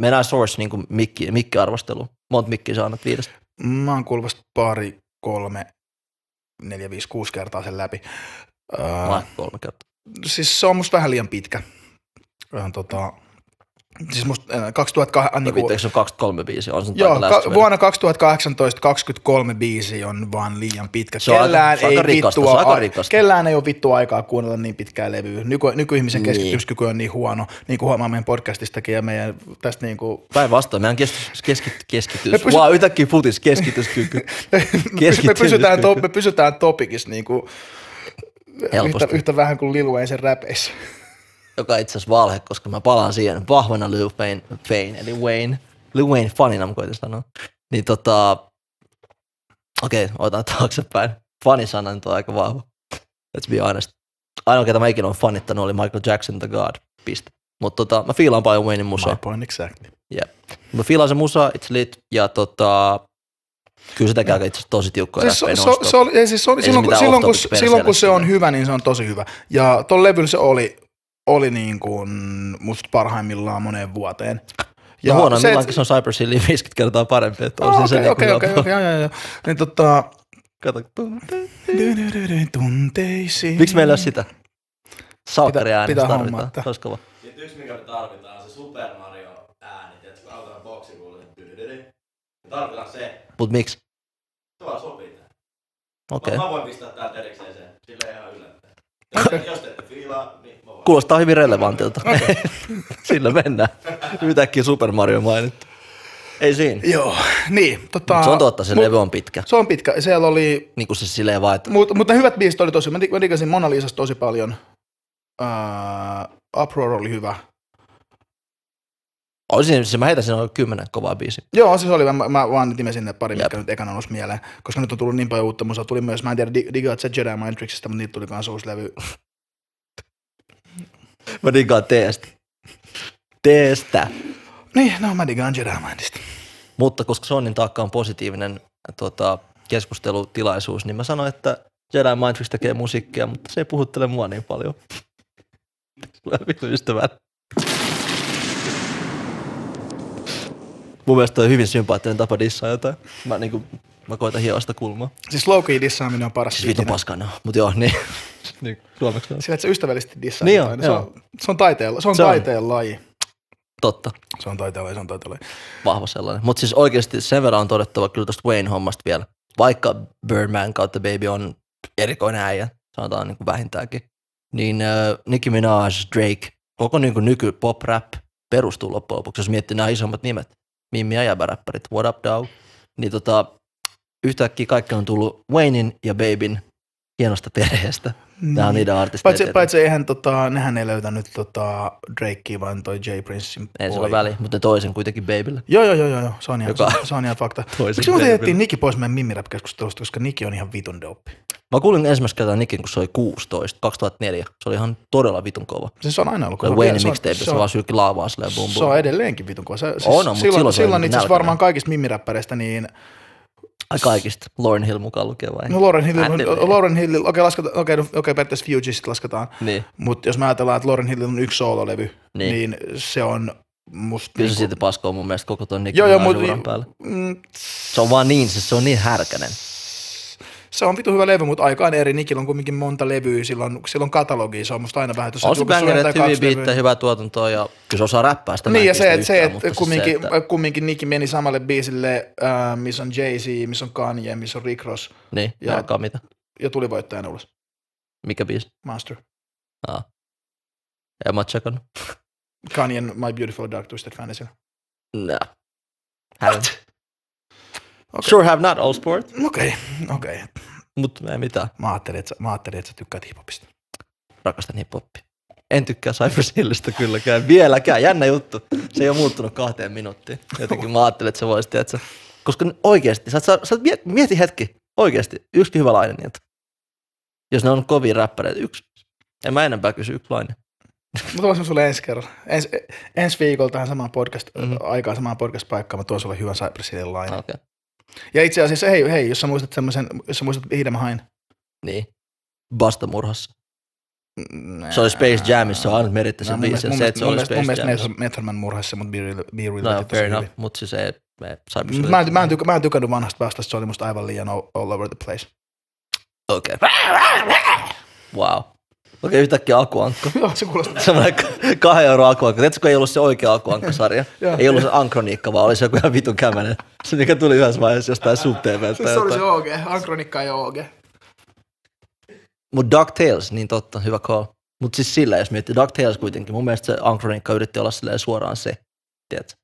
[SPEAKER 3] Mennään Source niinku mikki, mikki-arvostelu. Monta mikkiä sä annat viidestä?
[SPEAKER 1] Mä oon kuullut vasta pari, kolme, neljä, viisi, kuusi kertaa sen läpi.
[SPEAKER 3] Mä
[SPEAKER 1] Öö,
[SPEAKER 3] annan kolme kertaa.
[SPEAKER 1] siis se on musta vähän liian pitkä. Öö, tota, siis musta äh, 2008,
[SPEAKER 3] Niin
[SPEAKER 1] niin
[SPEAKER 3] kuin,
[SPEAKER 1] kuin,
[SPEAKER 3] Eikö se ole 23 biisiä? On se nyt
[SPEAKER 1] joo,
[SPEAKER 3] aika
[SPEAKER 1] ka-
[SPEAKER 3] läsnä.
[SPEAKER 1] vuonna 2018 23 biisi on vaan liian pitkä.
[SPEAKER 3] Se on aika- se on aika rikasta, se on aika
[SPEAKER 1] a-
[SPEAKER 3] rikasta.
[SPEAKER 1] kellään ei ole vittua aikaa kuunnella niin pitkää levyä. Nyky, nykyihmisen
[SPEAKER 3] Niin.
[SPEAKER 1] keskityskyky on niin huono, niin kuin huomaa meidän podcastistakin ja meidän tästä niin kuin
[SPEAKER 3] Päinvastoin, meidän keskitys, keskitys,
[SPEAKER 1] Me
[SPEAKER 3] keskitys.
[SPEAKER 1] pysy-
[SPEAKER 3] Wow, yhtäkkiä futis, keskityskyky.
[SPEAKER 1] me, pysy- me, pysytään to,
[SPEAKER 3] Keskittymiskyky.
[SPEAKER 1] me pysytään topikissa niin kuin yhtä,
[SPEAKER 3] Helposti.
[SPEAKER 1] yhtä, vähän kuin Lil Wayne sen räpeissä.
[SPEAKER 3] joka itse asiassa valhe, koska mä palaan siihen vahvana Lil Wayne, Wayne eli Wayne, Lil Wayne fanina, mä koitin sanoa. Niin tota, okei, otan taaksepäin. Fanisana nyt on aika vahva. Let's be honest. Ainoa, ketä mä ikinä olen fanittanut, oli Michael Jackson The God. Piste. Mutta tota, mä fiilaan paljon Waynein musaa.
[SPEAKER 1] point exactly.
[SPEAKER 3] Mä fiilaan se musa, it's lit, ja tota, Kyllä se tekee itse asiassa tosi tiukkoja
[SPEAKER 1] Siis, se,
[SPEAKER 3] räppejä
[SPEAKER 1] se,
[SPEAKER 3] non-stop.
[SPEAKER 1] se, oli, ei siis se oli
[SPEAKER 3] Ei se
[SPEAKER 1] silloin, kun,
[SPEAKER 3] mitään
[SPEAKER 1] silloin, kun,
[SPEAKER 3] off-topic
[SPEAKER 1] silloin, kun se
[SPEAKER 3] perseelle
[SPEAKER 1] on hyvä, niin se on tosi hyvä. Ja ton levyn se oli, oli niin kuin musta parhaimmillaan moneen vuoteen.
[SPEAKER 3] Ja
[SPEAKER 1] se,
[SPEAKER 3] huonoimmillaankin se on Cypress Hillin 50 kertaa parempi. Että on
[SPEAKER 1] Ah,
[SPEAKER 3] siis se
[SPEAKER 1] Okei,
[SPEAKER 3] niinku
[SPEAKER 1] okei,
[SPEAKER 3] hyvä
[SPEAKER 1] okei,
[SPEAKER 3] puoli.
[SPEAKER 1] okei, joo, joo, joo. Niin tota,
[SPEAKER 3] Kato, tum, tum.
[SPEAKER 1] dyryryryn tunteisiin.
[SPEAKER 3] Miksi meillä ei ole sitä? Salkkaria ääni
[SPEAKER 1] pitää
[SPEAKER 3] tarvitaan.
[SPEAKER 1] hommata.
[SPEAKER 3] Se olisi kova.
[SPEAKER 4] Sitten yksi, mikä me tarvitaan, on se Super Mario ääni. Tiedätkö, kun aloitetaan boksi, kuuluu tydydydy. Me tarvitaan se.
[SPEAKER 3] Mut miksi?
[SPEAKER 4] Tuolla sopii tää.
[SPEAKER 3] Okei.
[SPEAKER 4] Mä, mä voin pistää täältä erikseen sen. Sille ihan yllättäen. Jos, te- jos te ette fiilaa, niin mä voin.
[SPEAKER 3] Kuulostaa hyvin relevantilta. Sillä mennään. Yhtäkkiä Super Mario mainittu. Ei siinä.
[SPEAKER 1] Joo, niin. Tota,
[SPEAKER 3] Mut se on totta, se
[SPEAKER 1] mu-
[SPEAKER 3] levy on pitkä.
[SPEAKER 1] Se on pitkä. Siellä oli,
[SPEAKER 3] Niin kuin se silleen vaan, että
[SPEAKER 1] mutta mut ne hyvät biisit oli tosi, mä di- mä digasin Mona Lisasta tosi paljon. Uh, Uproar oli hyvä.
[SPEAKER 3] olisin, siis mä heitän sinne kymmenen kovaa biisi.
[SPEAKER 1] Joo, siis oli, mä, mä vaan timesin ne pari,
[SPEAKER 3] Jep.
[SPEAKER 1] mitkä nyt ekana nousi mieleen, koska nyt on tullut niin paljon uutta musaa. Tuli myös, mä en tiedä, di- digaat sä Jedi Mindtricksistä, mutta niitä tuli kans uusi levy.
[SPEAKER 3] Mä digaan teestä. Teestä.
[SPEAKER 1] Niin, no mä digaan Jedi Mindista.
[SPEAKER 3] Mutta koska Sonnin taakka on positiivinen tota, keskustelutilaisuus, niin mä sanoin, että Jedi Mind Tricks tekee musiikkia, mutta se ei puhuttele mua niin paljon. Tulee vittu ystävän. Mun mielestä toi on hyvin sympaattinen tapa dissaa jotain. Mä, niin kuin, mä koitan hioa sitä kulmaa.
[SPEAKER 1] Siis low key dissaaminen on paras.
[SPEAKER 3] Siis vittu
[SPEAKER 1] ikinä.
[SPEAKER 3] paskana, mut joo, niin. niin suomeksi on.
[SPEAKER 1] Sillä, että sä ystävällisesti dissaat
[SPEAKER 3] Niin
[SPEAKER 1] niin
[SPEAKER 3] joo,
[SPEAKER 1] jotain. Se on, se on, taiteen, se on,
[SPEAKER 3] Se
[SPEAKER 1] se
[SPEAKER 3] on.
[SPEAKER 1] taiteen laji.
[SPEAKER 3] Totta,
[SPEAKER 1] Se on taiteen laji, se on taiteen laji.
[SPEAKER 3] vahva sellainen. Mut siis oikeesti sen verran on todettava kyllä tosta Wayne-hommasta vielä. Vaikka Birdman kautta Baby on erikoinen äijä, sanotaan niin kuin vähintäänkin, niin äh, Nicki Minaj, Drake, koko niin kuin nyky pop rap perustuu loppujen lopuksi, jos miettii nämä isommat nimet, Mimmi ja jäbäräppärit, What Up Dog, niin tota, yhtäkkiä kaikki on tullut Waynein ja Babyn hienosta perheestä. Nämä on
[SPEAKER 1] Niin.
[SPEAKER 3] niiden artisteja.
[SPEAKER 1] Paitsi,
[SPEAKER 3] tietenkin.
[SPEAKER 1] paitsi eihän, tota, nehän ei löytänyt tota, Drakea, vaan toi J. Princein
[SPEAKER 3] Ei sillä
[SPEAKER 1] poika.
[SPEAKER 3] ole väliä, mutta ne toisen kuitenkin Babylle.
[SPEAKER 1] Joo, joo, joo, joo, joo. Se, on ihan,
[SPEAKER 3] Joka-
[SPEAKER 1] se on ihan fakta.
[SPEAKER 3] Toisen
[SPEAKER 1] Miksi me
[SPEAKER 3] Babylon.
[SPEAKER 1] jätettiin Niki pois meidän Mimmirap-keskustelusta, koska Niki on ihan vitun dope.
[SPEAKER 3] Mä kuulin ensimmäistä kertaa Nikin, kun se oli 16, 2004. Se oli ihan todella vitun kova.
[SPEAKER 1] Siis se on aina ollut
[SPEAKER 3] Kun
[SPEAKER 1] kova.
[SPEAKER 3] Wayne
[SPEAKER 1] on-
[SPEAKER 3] mixtape,
[SPEAKER 1] se
[SPEAKER 3] se
[SPEAKER 1] on-
[SPEAKER 3] vaan syyki laavaa silleen bum
[SPEAKER 1] Se
[SPEAKER 3] bum.
[SPEAKER 1] on edelleenkin vitun kova. Se, siis
[SPEAKER 3] On, on, mut silloin se oli
[SPEAKER 1] silloin, silloin itse asiassa
[SPEAKER 3] nälkäinen.
[SPEAKER 1] varmaan kaikista mimmiräppäreistä, niin
[SPEAKER 3] Ai kaikista. Lauren Hill mukaan lukee vai?
[SPEAKER 1] no Lauren Hill,
[SPEAKER 3] Andy Lee.
[SPEAKER 1] Lauren Hill okei, lasketaan, okei, no, okei periaatteessa Fugees sit lasketaan,
[SPEAKER 3] Niin.
[SPEAKER 1] mutta jos mä ajatellaan, että Lauren Hillillä on yksi soololevy,
[SPEAKER 3] Niin.
[SPEAKER 1] niin, niin se on musta...
[SPEAKER 3] Kyllä se
[SPEAKER 1] niinku-
[SPEAKER 3] siitä paskoo mun mielestä koko ton Nick
[SPEAKER 1] Joo, joo, mut-
[SPEAKER 3] Minajin päälle.
[SPEAKER 1] Mm,
[SPEAKER 3] Se on vaan niin, siis se on niin härkänen.
[SPEAKER 1] Se on vitu hyvä levy, mutta aikaan eri. Nikillä on kumminkin monta levyä, sillä on, sillä on katalogi, se on musta aina vähän, että jos
[SPEAKER 3] On
[SPEAKER 1] et
[SPEAKER 3] sun
[SPEAKER 1] julkaissut
[SPEAKER 3] bängereet,
[SPEAKER 1] jotain
[SPEAKER 3] hyviä
[SPEAKER 1] kaksi
[SPEAKER 3] biittejä,
[SPEAKER 1] levyä.
[SPEAKER 3] hyvää tuotantoa ja kyllä se osaa räppää sitä. mä
[SPEAKER 1] Niin,
[SPEAKER 3] en
[SPEAKER 1] ja
[SPEAKER 3] kiistä
[SPEAKER 1] se, että se,
[SPEAKER 3] yhtään,
[SPEAKER 1] et
[SPEAKER 3] mutta siis
[SPEAKER 1] kumminkin,
[SPEAKER 3] se, että,
[SPEAKER 1] kumminkin Nicki meni samalle biisille, äh, missä on Jay-Z, missä on Kanye, missä on Rick Ross,
[SPEAKER 3] niin,
[SPEAKER 1] ja-
[SPEAKER 3] ja alkaa mitä?
[SPEAKER 1] ja tuli voittajana ulos.
[SPEAKER 3] Mikä biisi?
[SPEAKER 1] Master.
[SPEAKER 3] En mä oo tsekannut.
[SPEAKER 1] Kanyen My Beautiful Dark Twisted Fantasy.
[SPEAKER 3] No. Haven't.
[SPEAKER 1] Okei.
[SPEAKER 3] Sure have not all sport,
[SPEAKER 1] Okei, okei.
[SPEAKER 3] mut ei mitään.
[SPEAKER 1] Mä ajattelin, että sä, mä ajattelin, että sä tykkäät hiphopista.
[SPEAKER 3] rakastan hiphoppia. En tykkää Cypress Hillistä kylläkään, vieläkään, jännä juttu. Se ei ole muuttunut kahteen minuuttiin. Jotenkin mä ajattelin, että se voisi, tiedätkö, koska oikeasti, sä, sä, sä miet- mieti hetki, oikeasti, yksi hyvä laine niiltä. Jos ne on kovia räppäreitä, yksi. En mä enempää kysy, yksi laine.
[SPEAKER 1] Mä tuon sen sulle ensi kerralla. Ens, ensi viikolla tähän samaan podcast,
[SPEAKER 3] Mhm.
[SPEAKER 1] mm-hmm. aikaan samaan podcast-paikkaan. Mä tuon sulle hyvän Cypress Hillin lainan.
[SPEAKER 3] Okay.
[SPEAKER 1] Ja itse asiassa, hei, hei, jos sä muistat semmoisen, jos sä muistat Hiidemä Hain.
[SPEAKER 3] Niin. Basta murhassa. Se oli Space Jamissa, on ainut meritti sen
[SPEAKER 1] Mm, No, mun
[SPEAKER 3] biisi.
[SPEAKER 1] mielestä-
[SPEAKER 3] ja
[SPEAKER 1] mun
[SPEAKER 3] Se,
[SPEAKER 1] mielestä-
[SPEAKER 3] että se
[SPEAKER 1] mun
[SPEAKER 3] oli
[SPEAKER 1] mielestä- mun
[SPEAKER 3] Space
[SPEAKER 1] mielestä
[SPEAKER 3] Jamissa.
[SPEAKER 1] Method- Method Man murhassa, mutta Be Real, be real
[SPEAKER 3] No
[SPEAKER 1] no,
[SPEAKER 3] joo, fair
[SPEAKER 1] tosi
[SPEAKER 3] enough,
[SPEAKER 1] hyvin.
[SPEAKER 3] mutta siis ei, ei Cypress
[SPEAKER 1] Mut
[SPEAKER 3] Hill.
[SPEAKER 1] Mä en, mä, en tyk- mä en tykännyt vanhasta vastasta, se oli musta aivan liian all, all over the place.
[SPEAKER 3] Okei. Wow. Okei, yhtäkkiä akuankko.
[SPEAKER 1] Joo, se kuulostaa.
[SPEAKER 3] Semmoinen k- kahden euron akuankka. Tiedätkö, kun ei ollut se oikea akuankkasarja?
[SPEAKER 1] Joo.
[SPEAKER 3] ei ollut se ankroniikka, vaan oli se joku ihan vitun kämänen. Se, mikä tuli yhdessä vaiheessa jostain sub tv
[SPEAKER 1] Siis se oli se OG, Ankronikka ja OG.
[SPEAKER 3] Mut DuckTales, niin totta, hyvä call. Mut siis sillä, jos miettii DuckTales kuitenkin, mun mielestä se ankroniikka yritti olla silleen suoraan se, tiedätkö?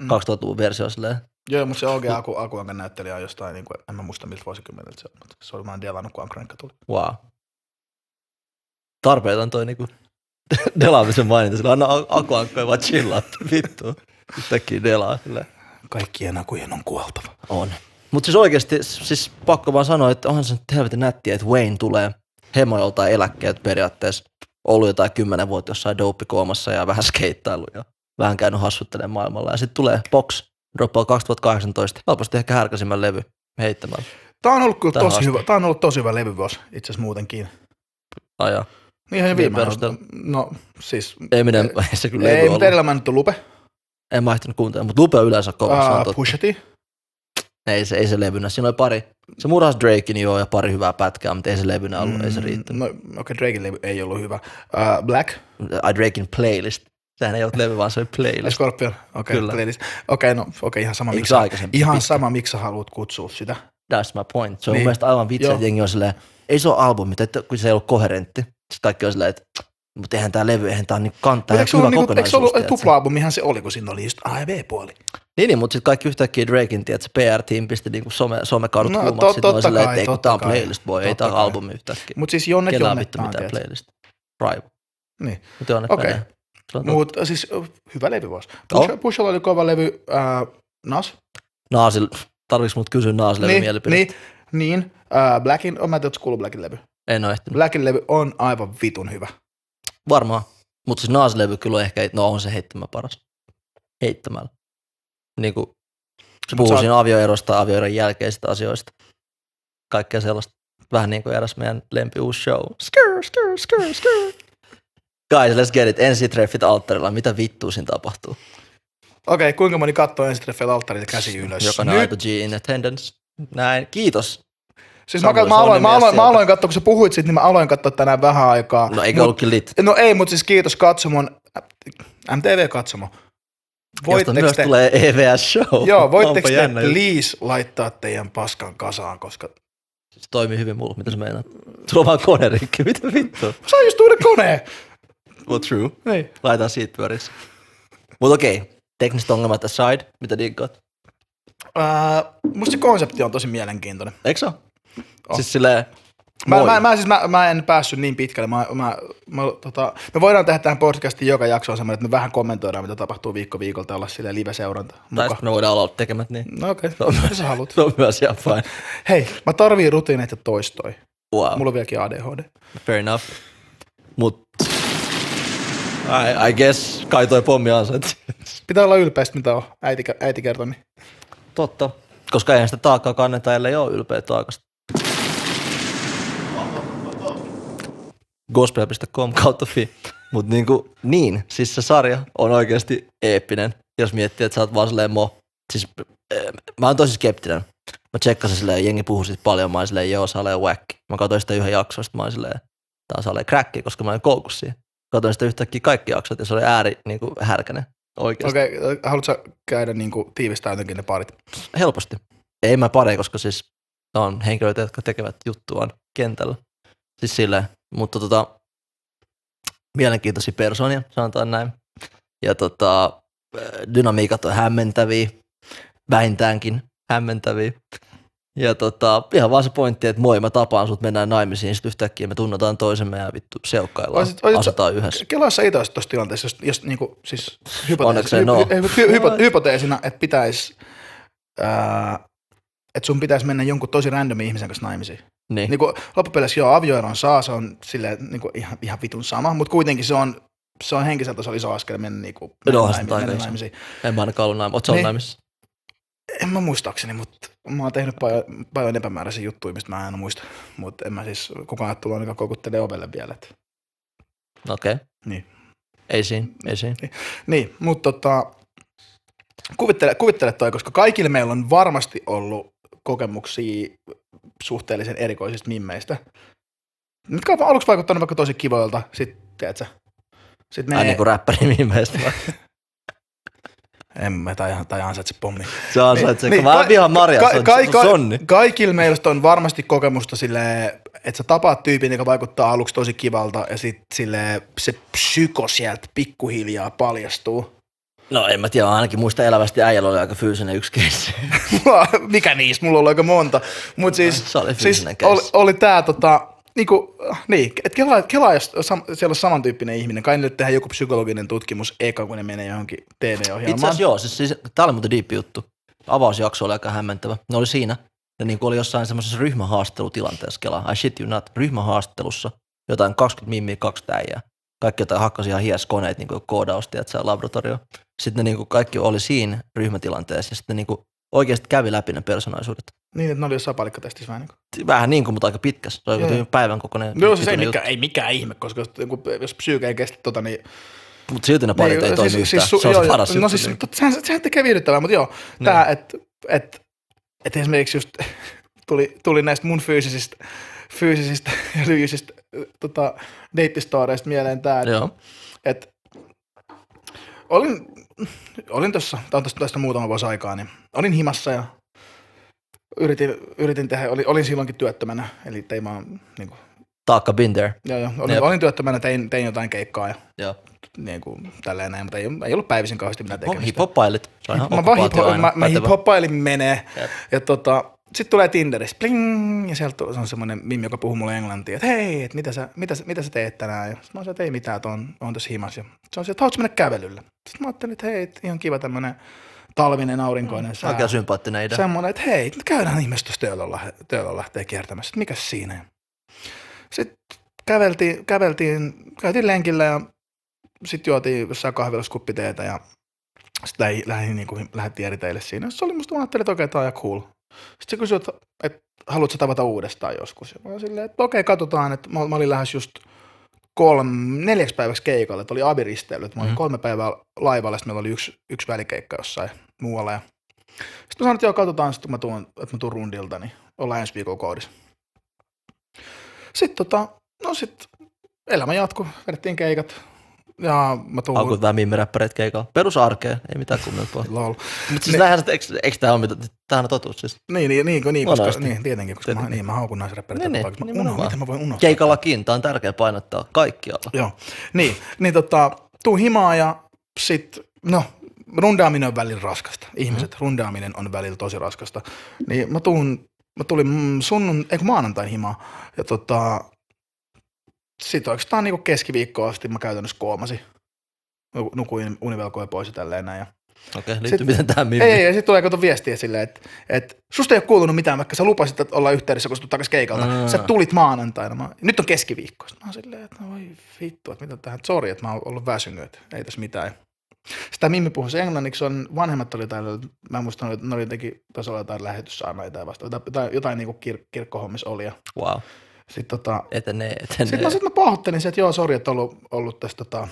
[SPEAKER 1] Mm.
[SPEAKER 3] 2000-luvun versio silleen.
[SPEAKER 1] Joo, mutta se OG Aku, Akuankan näyttelijä on jostain, niin kuin, en mä muista miltä vuosikymmeneltä se on, mutta se oli vaan delannut, kun Ankronikka tuli.
[SPEAKER 3] Wow. Tarpeeton toi niinku delaamisen maininta. Sillä anna a- akuankkoja vaan chillaa, vittu. Yhtäkkiä delaa silleen.
[SPEAKER 1] Kaikkien akujen on kuoltava.
[SPEAKER 3] On. Mutta siis oikeasti, siis pakko vaan sanoa, että onhan se nyt helvetin nättiä, että Wayne tulee hemojolta eläkkeet periaatteessa. Ollut jotain kymmenen vuotta jossain dopikoomassa ja vähän skeittailu ja vähän käynyt hassuttelemaan maailmalla. Ja sitten tulee Box, droppaa 2018, helposti ehkä härkäsimmän levy. heittämällä.
[SPEAKER 1] Tää on ollut kyllä
[SPEAKER 3] Tähän
[SPEAKER 1] tosi
[SPEAKER 3] asti.
[SPEAKER 1] hyvä, tää on ollut tosi hyvä levyvuosi itse asiassa muutenkin.
[SPEAKER 3] Ajaa.
[SPEAKER 1] Niin ihan viime
[SPEAKER 3] perusteella.
[SPEAKER 1] No siis,
[SPEAKER 3] Eminem, ei se kyllä
[SPEAKER 1] ei,
[SPEAKER 3] ei,
[SPEAKER 1] mutta
[SPEAKER 3] ollut.
[SPEAKER 1] edellä mainittu Lupe,
[SPEAKER 3] En mahtanut kuuntelemaan, mutta Lupe on yleensä kova, se on
[SPEAKER 1] uh,
[SPEAKER 3] totta.
[SPEAKER 1] Pusheti,
[SPEAKER 3] Ei se, ei se levynä. Siinä oli pari, se murhas Drakein joo ja pari hyvää pätkää, mutta ei se levynä ollut, mm. ei se riittänyt.
[SPEAKER 1] No, okei, okay, Drakein levy ei ollut hyvä. Uh, Black,
[SPEAKER 3] Ai Drakein playlist. Sehän ei ollut levy, vaan se oli playlist.
[SPEAKER 1] Scorpion, okei,
[SPEAKER 3] Kyllä.
[SPEAKER 1] okay, Okei, okay, no okei, okay, ihan sama,
[SPEAKER 3] Eikö
[SPEAKER 1] miksi,
[SPEAKER 3] se aikaisempi?
[SPEAKER 1] ihan
[SPEAKER 3] pitkä?
[SPEAKER 1] sama, miksi sä haluat kutsua sitä.
[SPEAKER 3] That's my point. Se on niin.
[SPEAKER 1] Niin.
[SPEAKER 3] mun mielestä aivan vitsi,
[SPEAKER 1] Joo.
[SPEAKER 3] että jengi on silleen, ei se ole albumi, että kun se ei ollut koherentti. Sitten kaikki on silleen, että mutta eihän tää levy, eihän tää on niinku kantaa,
[SPEAKER 1] Mut
[SPEAKER 3] eihän
[SPEAKER 1] Eikö se
[SPEAKER 3] hyvä
[SPEAKER 1] ollut,
[SPEAKER 3] niinku,
[SPEAKER 1] niinku, eikö
[SPEAKER 3] kokonaisuus.
[SPEAKER 1] se ollut
[SPEAKER 3] tiedätkö?
[SPEAKER 1] tupla-albumihan se oli, kun siinä oli just A ja B-puoli?
[SPEAKER 3] Niin, niin mutta sitten kaikki yhtäkkiä Drakein, tiedät, se PR-team pisti niinku some, somekaudut
[SPEAKER 1] No,
[SPEAKER 3] no,
[SPEAKER 1] to-
[SPEAKER 3] kuumat, sitten
[SPEAKER 1] totta
[SPEAKER 3] on silleen,
[SPEAKER 1] kai,
[SPEAKER 3] että ei kun
[SPEAKER 1] totta
[SPEAKER 3] tää on
[SPEAKER 1] kai.
[SPEAKER 3] playlist boy, ei
[SPEAKER 1] Totta
[SPEAKER 3] tää on
[SPEAKER 1] kai.
[SPEAKER 3] albumi yhtäkkiä.
[SPEAKER 1] Mutta siis jonnet
[SPEAKER 3] Kelaa
[SPEAKER 1] jonnet
[SPEAKER 3] vittu
[SPEAKER 1] tää on,
[SPEAKER 3] mitään
[SPEAKER 1] tiedät.
[SPEAKER 3] playlist. Rival.
[SPEAKER 1] Niin.
[SPEAKER 3] Mutta jonnet
[SPEAKER 1] Okei.
[SPEAKER 3] menee. Se on totta.
[SPEAKER 1] Mutta siis ö, hyvä levy vuosi. Pusha,
[SPEAKER 3] On.
[SPEAKER 1] Pushalla oli kova levy, äh, Nas.
[SPEAKER 3] Naasil, tarviks mut kysyä Naasille niin,
[SPEAKER 1] Niin,
[SPEAKER 3] mielipide? Niin.
[SPEAKER 1] niin, niin. Äh, Blackin, on mä en tiedä, kuullut Blackin levy.
[SPEAKER 3] En oo ehtinyt.
[SPEAKER 1] Blackin levy on aivan vitun hyvä.
[SPEAKER 3] Varmaan. Mutta siis Naas-levy kyllä on ehkä, no on se heittämä paras. Heittämällä. Niin kuin se
[SPEAKER 1] Mut
[SPEAKER 3] puhuu
[SPEAKER 1] sä oot-
[SPEAKER 3] siinä avioerosta, avioeron jälkeisistä asioista. Kaikkea sellaista. Vähän niin kuin eräs meidän lempi uusi show. Skrr, skrr, skrr, skrr. Guys, let's get it. Ensi treffit alttarilla. Mitä vittua siinä tapahtuu?
[SPEAKER 1] Okei, kuinka moni kattoo ensi treffeillä alttarilla käsi ylös?
[SPEAKER 3] Jokainen aito G in attendance. Näin. Kiitos.
[SPEAKER 1] Siis mä,
[SPEAKER 3] Samuel,
[SPEAKER 1] mä,
[SPEAKER 3] se on
[SPEAKER 1] aloin,
[SPEAKER 3] nimi
[SPEAKER 1] mä, aloin,
[SPEAKER 3] sieltä.
[SPEAKER 1] mä aloin katsoa, kun sä puhuit siitä, niin mä aloin katsoa tänään vähän aikaa.
[SPEAKER 3] No eikö
[SPEAKER 1] Mut-
[SPEAKER 3] ollutkin lit?
[SPEAKER 1] No ei, mutta siis kiitos katsomon, äh, MTV-katsomo.
[SPEAKER 3] Josta
[SPEAKER 1] Voitteko
[SPEAKER 3] myös
[SPEAKER 1] te,
[SPEAKER 3] tulee EVS show.
[SPEAKER 1] joo, voitteko
[SPEAKER 3] Onpa
[SPEAKER 1] te
[SPEAKER 3] jännä juttu.
[SPEAKER 1] please laittaa teidän paskan kasaan, koska
[SPEAKER 3] Se toimii hyvin mulla. Mitä se meinaa? Sulla on vaan konerikki. Mitä vittua?
[SPEAKER 1] saa just uuden koneen.
[SPEAKER 3] Well, true.
[SPEAKER 1] Niin.
[SPEAKER 3] Laitetaan siitä pyörissä. Mutta okei, tekniset ongelmat aside, mitä diggaat?
[SPEAKER 1] Äh, musta se konsepti on tosi mielenkiintoinen.
[SPEAKER 3] Eikö se ole?
[SPEAKER 1] Oh,
[SPEAKER 3] Siis silleen,
[SPEAKER 1] Mä,
[SPEAKER 3] moi.
[SPEAKER 1] mä, mä, siis mä, mä en päässyt niin pitkälle. Mä, mä, mä, tota, me voidaan tehdä tähän podcastiin joka jaksoon semmoinen, että me vähän kommentoidaan, mitä tapahtuu viikko viikolta ja olla silleen live-seuranta
[SPEAKER 3] Tai
[SPEAKER 1] mukaan.
[SPEAKER 3] sitten me voidaan olla tekemättä niin.
[SPEAKER 1] No okei,
[SPEAKER 3] No,
[SPEAKER 1] okay. mitä sä haluat?
[SPEAKER 3] Se on myös ihan fine.
[SPEAKER 1] Hei, mä tarviin rutiineita toistoi.
[SPEAKER 3] Wow,
[SPEAKER 1] Mulla on vieläkin ADHD.
[SPEAKER 3] fair enough. Mut, I, I guess kai toi pommi ansaitsi.
[SPEAKER 1] Pitää olla ylpeästi, mitä on. Äiti, äiti kertoi niin.
[SPEAKER 3] Totta. Koska eihän sitä taakkaa kanneta, ellei ole ylpeä taakasta. gospel.com kautta fi. Mutta niinku, niin, siis se sarja on oikeasti eeppinen, jos miettii, että sä oot vaan silleen mo. Siis, äh, mä oon tosi skeptinen. Mä tsekkasin silleen, jengi puhuu siitä paljon, mä oon silleen, joo, sale on whack. Mä katsoin sitä yhden jakson, sit mä oon silleen, tää on sale cracki, koska mä en koukku siihen. Katsoin sitä yhtäkkiä kaikki jaksot, ja se oli ääri niinku härkänen oikeasti.
[SPEAKER 1] Okei, okay, haluatko sä käydä niin kuin, tiivistää jotenkin ne parit?
[SPEAKER 3] helposti. Ei mä pare, koska siis ne on henkilöitä, jotka tekevät juttuaan kentällä. Siis silleen, mutta tota, mielenkiintoisia persoonia, sanotaan näin. Ja tota, dynamiikat on hämmentäviä, vähintäänkin hämmentäviä. Ja tota, ihan vaan se pointti, että moi, mä tapaan sut, mennään naimisiin, sit yhtäkkiä me tunnetaan toisemme ja vittu seukkaillaan,
[SPEAKER 1] Oisit- oisit sä-
[SPEAKER 3] asutaan yhdessä.
[SPEAKER 1] Kelassa ei taisi tuossa tilanteessa, jos, jos niin kuin, siis hypoteesi,
[SPEAKER 3] Onnekseen
[SPEAKER 1] hy,
[SPEAKER 3] no.
[SPEAKER 1] hy, hy, hypo, hypoteesina, että pitäisi, ää, että sun pitäisi mennä jonkun tosi randomin ihmisen kanssa naimisiin.
[SPEAKER 3] Niin.
[SPEAKER 1] Niin kuin, loppupeleissä joo, avioeron saa, se on silleen, niin kuin, ihan, ihan vitun sama, mutta kuitenkin se on, se on henkisellä tasolla iso askel mennä, niin kuin, mennä,
[SPEAKER 3] onhan se
[SPEAKER 1] naimi-
[SPEAKER 3] nyt aika
[SPEAKER 1] mennä
[SPEAKER 3] iso.
[SPEAKER 1] naimisiin.
[SPEAKER 3] En mä ainakaan ollut naimisissa. Oot sä ollut
[SPEAKER 1] Niin.
[SPEAKER 3] naimisissa?
[SPEAKER 1] En mä muistaakseni, mutta mä oon tehnyt paljon, paljon epämääräisiä juttuja, mistä mä en muista. Mutta en mä siis, kukaan ei tullut ainakaan koukuttelee ovelle vielä. Et.
[SPEAKER 3] No Okei. Okay.
[SPEAKER 1] Niin.
[SPEAKER 3] Ei siinä, ei siinä.
[SPEAKER 1] Niin, mutta tota, kuvittele, kuvittele toi, koska kaikilla meillä on varmasti ollut kokemuksia suhteellisen erikoisista mimmeistä. Mitkä on aluksi vaikuttanut vaikka tosi kivoilta, sit, tiedätkö, sit
[SPEAKER 3] Ai
[SPEAKER 1] menee,
[SPEAKER 3] niin kuin räppäri nimestä.
[SPEAKER 1] en mä, tai, tai ansaitse pommi.
[SPEAKER 3] Se ansaitsee.
[SPEAKER 1] Niin,
[SPEAKER 3] Niin, mä
[SPEAKER 1] ka-
[SPEAKER 3] oon ihan marja,
[SPEAKER 1] ka-
[SPEAKER 3] se on
[SPEAKER 1] ka-
[SPEAKER 3] se
[SPEAKER 1] ka-
[SPEAKER 3] sonni.
[SPEAKER 1] Kaikilla meistä on varmasti kokemusta silleen, että sä tapaat tyypin, joka vaikuttaa aluksi tosi kivalta, ja sit silleen se psyko sieltä pikkuhiljaa paljastuu.
[SPEAKER 3] No en mä tiedä, ainakin muista elävästi äijällä oli aika fyysinen yksi keissi.
[SPEAKER 1] Mulla, mikä niistä, mulla on aika monta. Mut siis,
[SPEAKER 3] Se oli
[SPEAKER 1] siis
[SPEAKER 3] fyysinen
[SPEAKER 1] oli,
[SPEAKER 3] case.
[SPEAKER 1] oli tää tota, niinku, niin, et kelaa, kelaa jos sam, siellä on samantyyppinen ihminen. Kai niille tehdään joku psykologinen tutkimus eka, kun ne menee johonkin
[SPEAKER 3] Itse
[SPEAKER 1] TV-ohjelmaan.
[SPEAKER 3] asiassa joo, siis, siis tää oli muuten diippi juttu. Avausjakso oli aika hämmentävä. Ne oli siinä, ne niin oli jossain semmoisessa ryhmähaastattelutilanteessa kelaa. I shit you not, ryhmähaastelussa jotain 20 mimmiä, kaksi äijää. Kaikki jotain hakkasi ihan hieskoneet, niin kuin koodausti, että se laboratorio. niinku Sitten ne niin kuin kaikki oli siinä ryhmätilanteessa ja sitten ne niin kuin oikeasti kävi läpi ne persoonallisuudet.
[SPEAKER 1] Niin, että ne oli jossain palikkatekstissä vähän niin kuin.
[SPEAKER 3] Vähän niin kuin, mutta aika pitkä. Se on
[SPEAKER 1] Joo.
[SPEAKER 3] joku päivän kokoinen.
[SPEAKER 1] Joo, siis ei
[SPEAKER 3] pituinen
[SPEAKER 1] mikään, ei mikään ihme, koska jos, joku- jos psyyke ei kestä tota, niin...
[SPEAKER 3] juttu. Mutta silti ne parit ei toimi yhtään.
[SPEAKER 1] siis su-
[SPEAKER 3] Se on
[SPEAKER 1] joo,
[SPEAKER 3] se paras
[SPEAKER 1] No
[SPEAKER 3] juttu niin.
[SPEAKER 1] siis,
[SPEAKER 3] siinä.
[SPEAKER 1] mutta sehän, sehän tekee viihdyttävää, mutta joo, tää, että et, et esimerkiksi just tuli, tuli näistä mun fyysisistä, fyysisistä ja lyijysistä äh, tota, deittistooreista mieleen tää, että
[SPEAKER 3] Joo.
[SPEAKER 1] et, olin, olin tuossa, tai on tästä, tästä muutama vuosi aikaa, niin olin himassa ja yritin, yritin tehdä, olin, olin silloinkin työttömänä, eli tein vaan, niin kuin,
[SPEAKER 3] Taakka been there.
[SPEAKER 1] joo, joo, olin,
[SPEAKER 3] Jep.
[SPEAKER 1] olin työttömänä, tein, tein jotain keikkaa ja
[SPEAKER 3] Joo.
[SPEAKER 1] niin kuin, tälleen näin, mutta ei, ei ollut päivisin kauheasti mitään
[SPEAKER 3] Hip-hop-
[SPEAKER 1] tekemistä.
[SPEAKER 3] Hip-hoppailit. Se on ihan
[SPEAKER 1] Mä vaan
[SPEAKER 3] okkupaatio
[SPEAKER 1] hip-hop,
[SPEAKER 3] aina.
[SPEAKER 1] mä, mä
[SPEAKER 3] Pätevä.
[SPEAKER 1] hip-hoppailin menee.
[SPEAKER 3] Jep.
[SPEAKER 1] Ja tota, sitten tulee Tinderissä, pling, ja sieltä se on semmoinen mimmi, joka puhuu mulle englantia, että hei, et mitä, sä, mitä, sä- mitä sä teet tänään? Ja sit mä sanoin, että ei mitään, että on, on tässä himas. Ja se on sieltä, että haluatko mennä kävelylle? Sitten mä ajattelin, että hei, et ihan kiva tämmöinen talvinen aurinkoinen sää.
[SPEAKER 3] Oikein sympaattinen idea.
[SPEAKER 1] Semmoinen, että hei, käydään ihmeessä tuossa töölöllä, töölöllä lähtee kiertämässä, että mikäs siinä. Sitten käveltiin, käveltiin käytiin lenkillä ja sitten juotiin jossain kahvilassa kuppiteetä ja sitten lähi, lähi, niin kuin, lähdettiin eri teille siinä. Se oli musta, mä ajattelin, että okei, tää on ihan cool. Sitten se kysyi, että, että haluatko tavata uudestaan joskus? Ja mä olin silleen, että okei, katsotaan, että mä, mä olin lähes just kolme, neljäksi päiväksi keikalle, että oli abiristeily, että mä olin
[SPEAKER 3] Mhm.
[SPEAKER 1] kolme päivää laivalla, sitten meillä oli yksi, yksi välikeikka jossain muualla. Ja sitten mä sanoin, että joo, katsotaan, sitten kun mä tuun, että mä tuun rundilta, niin ollaan ensi viikolla koodissa. Sitten tota, no sit elämä jatkuu, vedettiin keikat. Ja mä tuun...
[SPEAKER 3] Haukut vähän mimmiräppäreet keikalla. Perus arkea, ei mitään kummempaa.
[SPEAKER 1] Lol.
[SPEAKER 3] Mutta siis näinhän, se- eikö, eikö tämä ole mitä, tämähän on totuus siis.
[SPEAKER 1] Niin, niin, niin, niin, koska,
[SPEAKER 3] Monasti.
[SPEAKER 1] niin tietenkin, koska mä,
[SPEAKER 3] Tietenkin.
[SPEAKER 1] niin, mä haukun naisräppärit
[SPEAKER 3] Niin,
[SPEAKER 1] niin,
[SPEAKER 3] niin,
[SPEAKER 1] niin, mä unohdin,
[SPEAKER 3] nimenomaan.
[SPEAKER 1] miten mä voin unohtaa.
[SPEAKER 3] Keikallakin, tämä on tärkeä painottaa kaikkialla.
[SPEAKER 1] Joo, niin, niin tota, tuu himaa ja sit, no, rundaaminen on välillä raskasta. Ihmiset, mm. rundaaminen on välillä tosi raskasta. Niin mä tuun, mä tulin mm, sunnun, eikö maanantain himaa, ja tota, sit oikeastaan niinku keskiviikkoa asti mä käytännössä koomasin. Nu- Nukuin univelkoja pois ja tälleen näin. Ja
[SPEAKER 3] Okei, liittyy
[SPEAKER 1] Sitten-
[SPEAKER 3] miten tähän mimmi.
[SPEAKER 1] Ei, ei, ja sitten tulee kato viestiä silleen, että et, susta ei ole kuulunut mitään, vaikka sä lupasit, että ollaan yhteydessä, kun sä tulet takaisin keikalta.
[SPEAKER 3] Aa.
[SPEAKER 1] Sä tulit maanantaina. Mä, nyt on keskiviikko. Sitten mä oon silleen, että no voi vittu, että mitä tähän. Sori, että mä oon ollut väsynyt, että ei tässä mitään. Sitä Mimmi puhui se englanniksi, on, vanhemmat oli täällä, mä muistan, että ne oli jotenkin tasolla jotain lähetyssaarnoja tai vastaavaa, tai jotain, jotain niin kuin kir- kirkkohommissa oli. Ja
[SPEAKER 3] Wow,
[SPEAKER 1] sit, tota,
[SPEAKER 3] etenee,
[SPEAKER 1] sitten mä,
[SPEAKER 3] etenee.
[SPEAKER 1] sit mä pahoittelin sen, että joo, sori, että ollut, ollut tässä tota,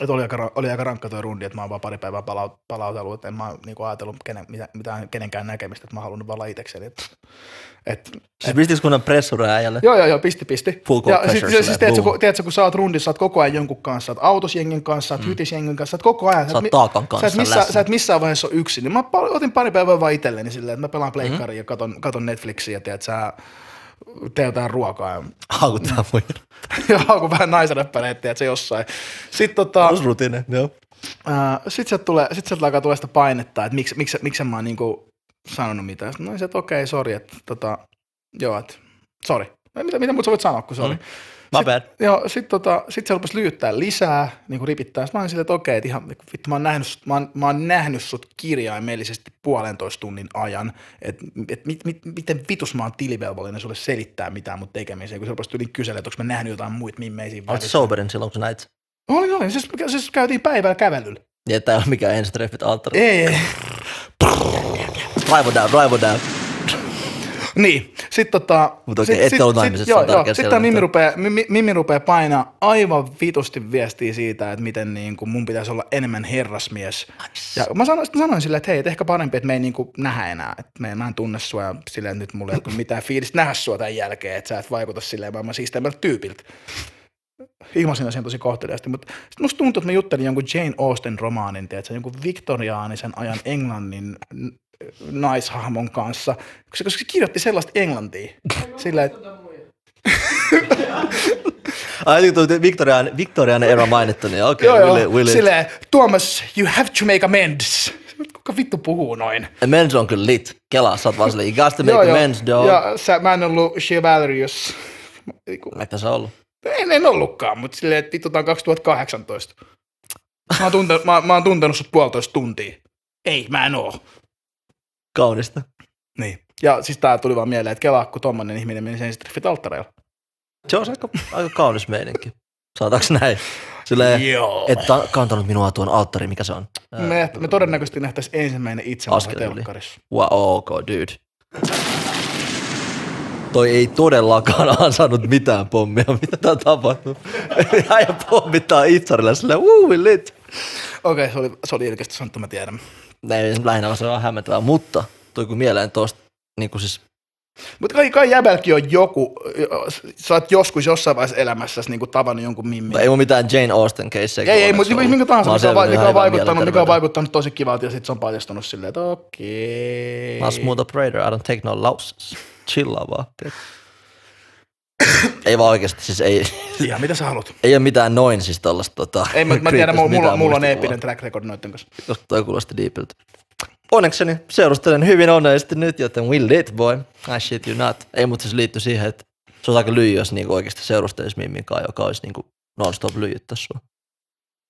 [SPEAKER 1] että oli aika, ra- oli aika rankka toi rundi, että mä oon vaan pari päivää palaut, palautellut, että en mä oon niinku ajatellut kenen, mitä, mitään, kenenkään näkemistä, että mä oon halunnut vaan olla itsekseni. Et, et,
[SPEAKER 3] Siis pistikö kunnan pressure äijälle?
[SPEAKER 1] joo, joo, joo, pisti, pisti.
[SPEAKER 3] Full court
[SPEAKER 1] ja sit, siis,
[SPEAKER 3] pressure silleen,
[SPEAKER 1] siis tiedätkö,
[SPEAKER 3] boom.
[SPEAKER 1] kun, tiedätkö, kun sä oot rundissa, sä oot koko ajan jonkun kanssa, sä oot autosjengin kanssa, sä oot mm. hytisjengin kanssa, sä oot koko ajan.
[SPEAKER 3] Sä oot
[SPEAKER 1] mi-
[SPEAKER 3] taakan kanssa
[SPEAKER 1] sä et, missään,
[SPEAKER 3] läsnä.
[SPEAKER 1] sä et missään vaiheessa ole yksin. Niin mä pal- otin pari päivää vaan itselleni silleen, että mä
[SPEAKER 3] Mhm.
[SPEAKER 1] pelaan pleikkaria mm. ja katon, katon Netflixiä, tiedät, sä teet jotain ruokaa ja
[SPEAKER 3] Haukut vähän muihin.
[SPEAKER 1] Joo, kun vähän naisenäppäreitä, että se jossain. Sitten tota,
[SPEAKER 3] Perus rutiine, joo.
[SPEAKER 1] ää, sit sieltä tulee, sit sieltä alkaa tulla sitä painetta, että miksi, miksi, miksi mä oon niinku sanonut mitään. Sitten, no se, että okei, sori, että tota, joo, että sori. No, Mitä, mitä muuta sä voit sanoa kuin sori?
[SPEAKER 3] Mm. My bad.
[SPEAKER 1] Joo, sit, tota, sit se rupesi lyyttää lisää, niinku ripittää. Sitten mä olin silleen, että okei, että ihan, niinku, vittu, mä oon nähnyt, sut- mä oon, mä oon nähnyt sut kirjaimellisesti puolentoista tunnin ajan, että et, mit, mit, miten vitus mä oon tilivelvollinen sulle selittää mitään mun tekemisiä, kun se rupesi tyyliin kyselemään, että onko mä nähnyt jotain muita mimmeisiä
[SPEAKER 3] Oletko soberin silloin, kun sä näit? sen?
[SPEAKER 1] Olin, olin. Siis, siis käytiin päivällä kävelyllä.
[SPEAKER 3] Niin, että ei ole mikään ensi treffit altari.
[SPEAKER 1] Ei, ei.
[SPEAKER 3] Raivo down, raivo down.
[SPEAKER 1] Niin. Sitten tota...
[SPEAKER 3] Mut okei, ette ollut naimisissa, se on
[SPEAKER 1] Joo, joo.
[SPEAKER 3] tärkeä
[SPEAKER 1] Sitten tää Mimmi
[SPEAKER 3] selventää.
[SPEAKER 1] rupeaa, Mimmi, Mimmi rupeaa painaa aivan vitusti viestiä siitä, että miten niin kuin mun pitäisi olla enemmän herrasmies. Ja mä sanoin, sitten sanoin silleen, että hei, et ehkä parempi, että me ei niin kuin nähdä enää. Että me, mä en tunne sua ja silleen, että nyt mulla ei ole mitään fiilistä nähdä sua tämän jälkeen, että sä et vaikuta silleen maailman siisteimmältä tyypiltä. Ilmasin asian tosi kohteliaasti, mutta sit musta tuntuu, että mä juttelin jonkun Jane Austen romaanin, tiedätkö, jonkun viktoriaanisen ajan Englannin n- naishahmon kanssa, koska koska se kirjoitti sellaista englantia. Sillä, että,
[SPEAKER 3] Ai, niin, tuli Victorian, Victorian era mainittu, niin okei,
[SPEAKER 1] joo,
[SPEAKER 3] okay,
[SPEAKER 1] joo,
[SPEAKER 3] Willy, Willy.
[SPEAKER 1] sillä, Tuomas, you have to make amends. Kuka vittu puhuu noin?
[SPEAKER 3] Men's on kyllä lit. Kela, sä oot vaan silleen, you got to make
[SPEAKER 1] Joo, joo.
[SPEAKER 3] amends, dog.
[SPEAKER 1] Ja sä, mä en ollut chivalrous. Eiku,
[SPEAKER 3] Mitä sä ollut?
[SPEAKER 1] En, en ollutkaan, mutta silleen, että vittu, tää on 2018. Mä oon, tuntenut, mä, mä oon tuntenut sut puolitoista tuntia. Ei, mä en oo.
[SPEAKER 3] Kaunista.
[SPEAKER 1] Niin. Ja siis tää tuli vaan mieleen, että kelaa, kun tommonen ihminen meni sen sitten alttareilla.
[SPEAKER 3] Se on aika, aika kaunis meininki. Saataanko näin? Silleen,
[SPEAKER 1] Joo.
[SPEAKER 3] Eh, et ta- kantanut minua tuon alttari, mikä se on? Ää,
[SPEAKER 1] Me, me todennäköisesti nähtäisiin ensimmäinen itse
[SPEAKER 3] Askel yli.
[SPEAKER 1] telkkarissa.
[SPEAKER 3] Wow, ok, dude. Toi ei todellakaan ansainnut mitään pommia, mitä tää tapahtuu. Äijä pommittaa itsarilla sillä wuu lit.
[SPEAKER 1] Okei, okay, se oli, se oli ilkeästi sanottu, mä tiedän.
[SPEAKER 3] Ei, lähinnä se on vähän hämmentävää, mutta tuli kun mieleen tosta, niin kuin siis
[SPEAKER 1] Mutta kai, kai jäbälläkin on joku, sä oot joskus jossain vaiheessa elämässäsi niinku tavannut jonkun mimmin.
[SPEAKER 3] Mutta ei mun mitään Jane Austen keissejä.
[SPEAKER 1] Ei, ei, mutta minkä tahansa, mikä, on va- mikä, on vaikuttanut, mikä on vaikuttanut tosi kivalta ja sit se on paljastunut silleen, että okei.
[SPEAKER 3] Mä oon smooth operator, I don't take no losses. Chillaa vaan. tiedät. ei vaan oikeesti, siis ei,
[SPEAKER 1] Ihan mitä sä haluat.
[SPEAKER 3] ei ole mitään noin siis tollasta tota,
[SPEAKER 1] Ei, mä, mä
[SPEAKER 3] kriittistä
[SPEAKER 1] tiedän, mulla, mulla,
[SPEAKER 3] mitään
[SPEAKER 1] mulla on
[SPEAKER 3] muistikuvaa.
[SPEAKER 1] eeppinen track record noitten kanssa.
[SPEAKER 3] Jos Toi kuulosti diipiltä. Onnekseni seurustelen hyvin onnellisesti nyt, joten we lit boy. I shit you not. Ei mutta se liittyy siihen, että se on aika lyijy, jos niinku oikeasti seurustelisi mimminkaan, joka olisi niinku non-stop lyijyttää sua.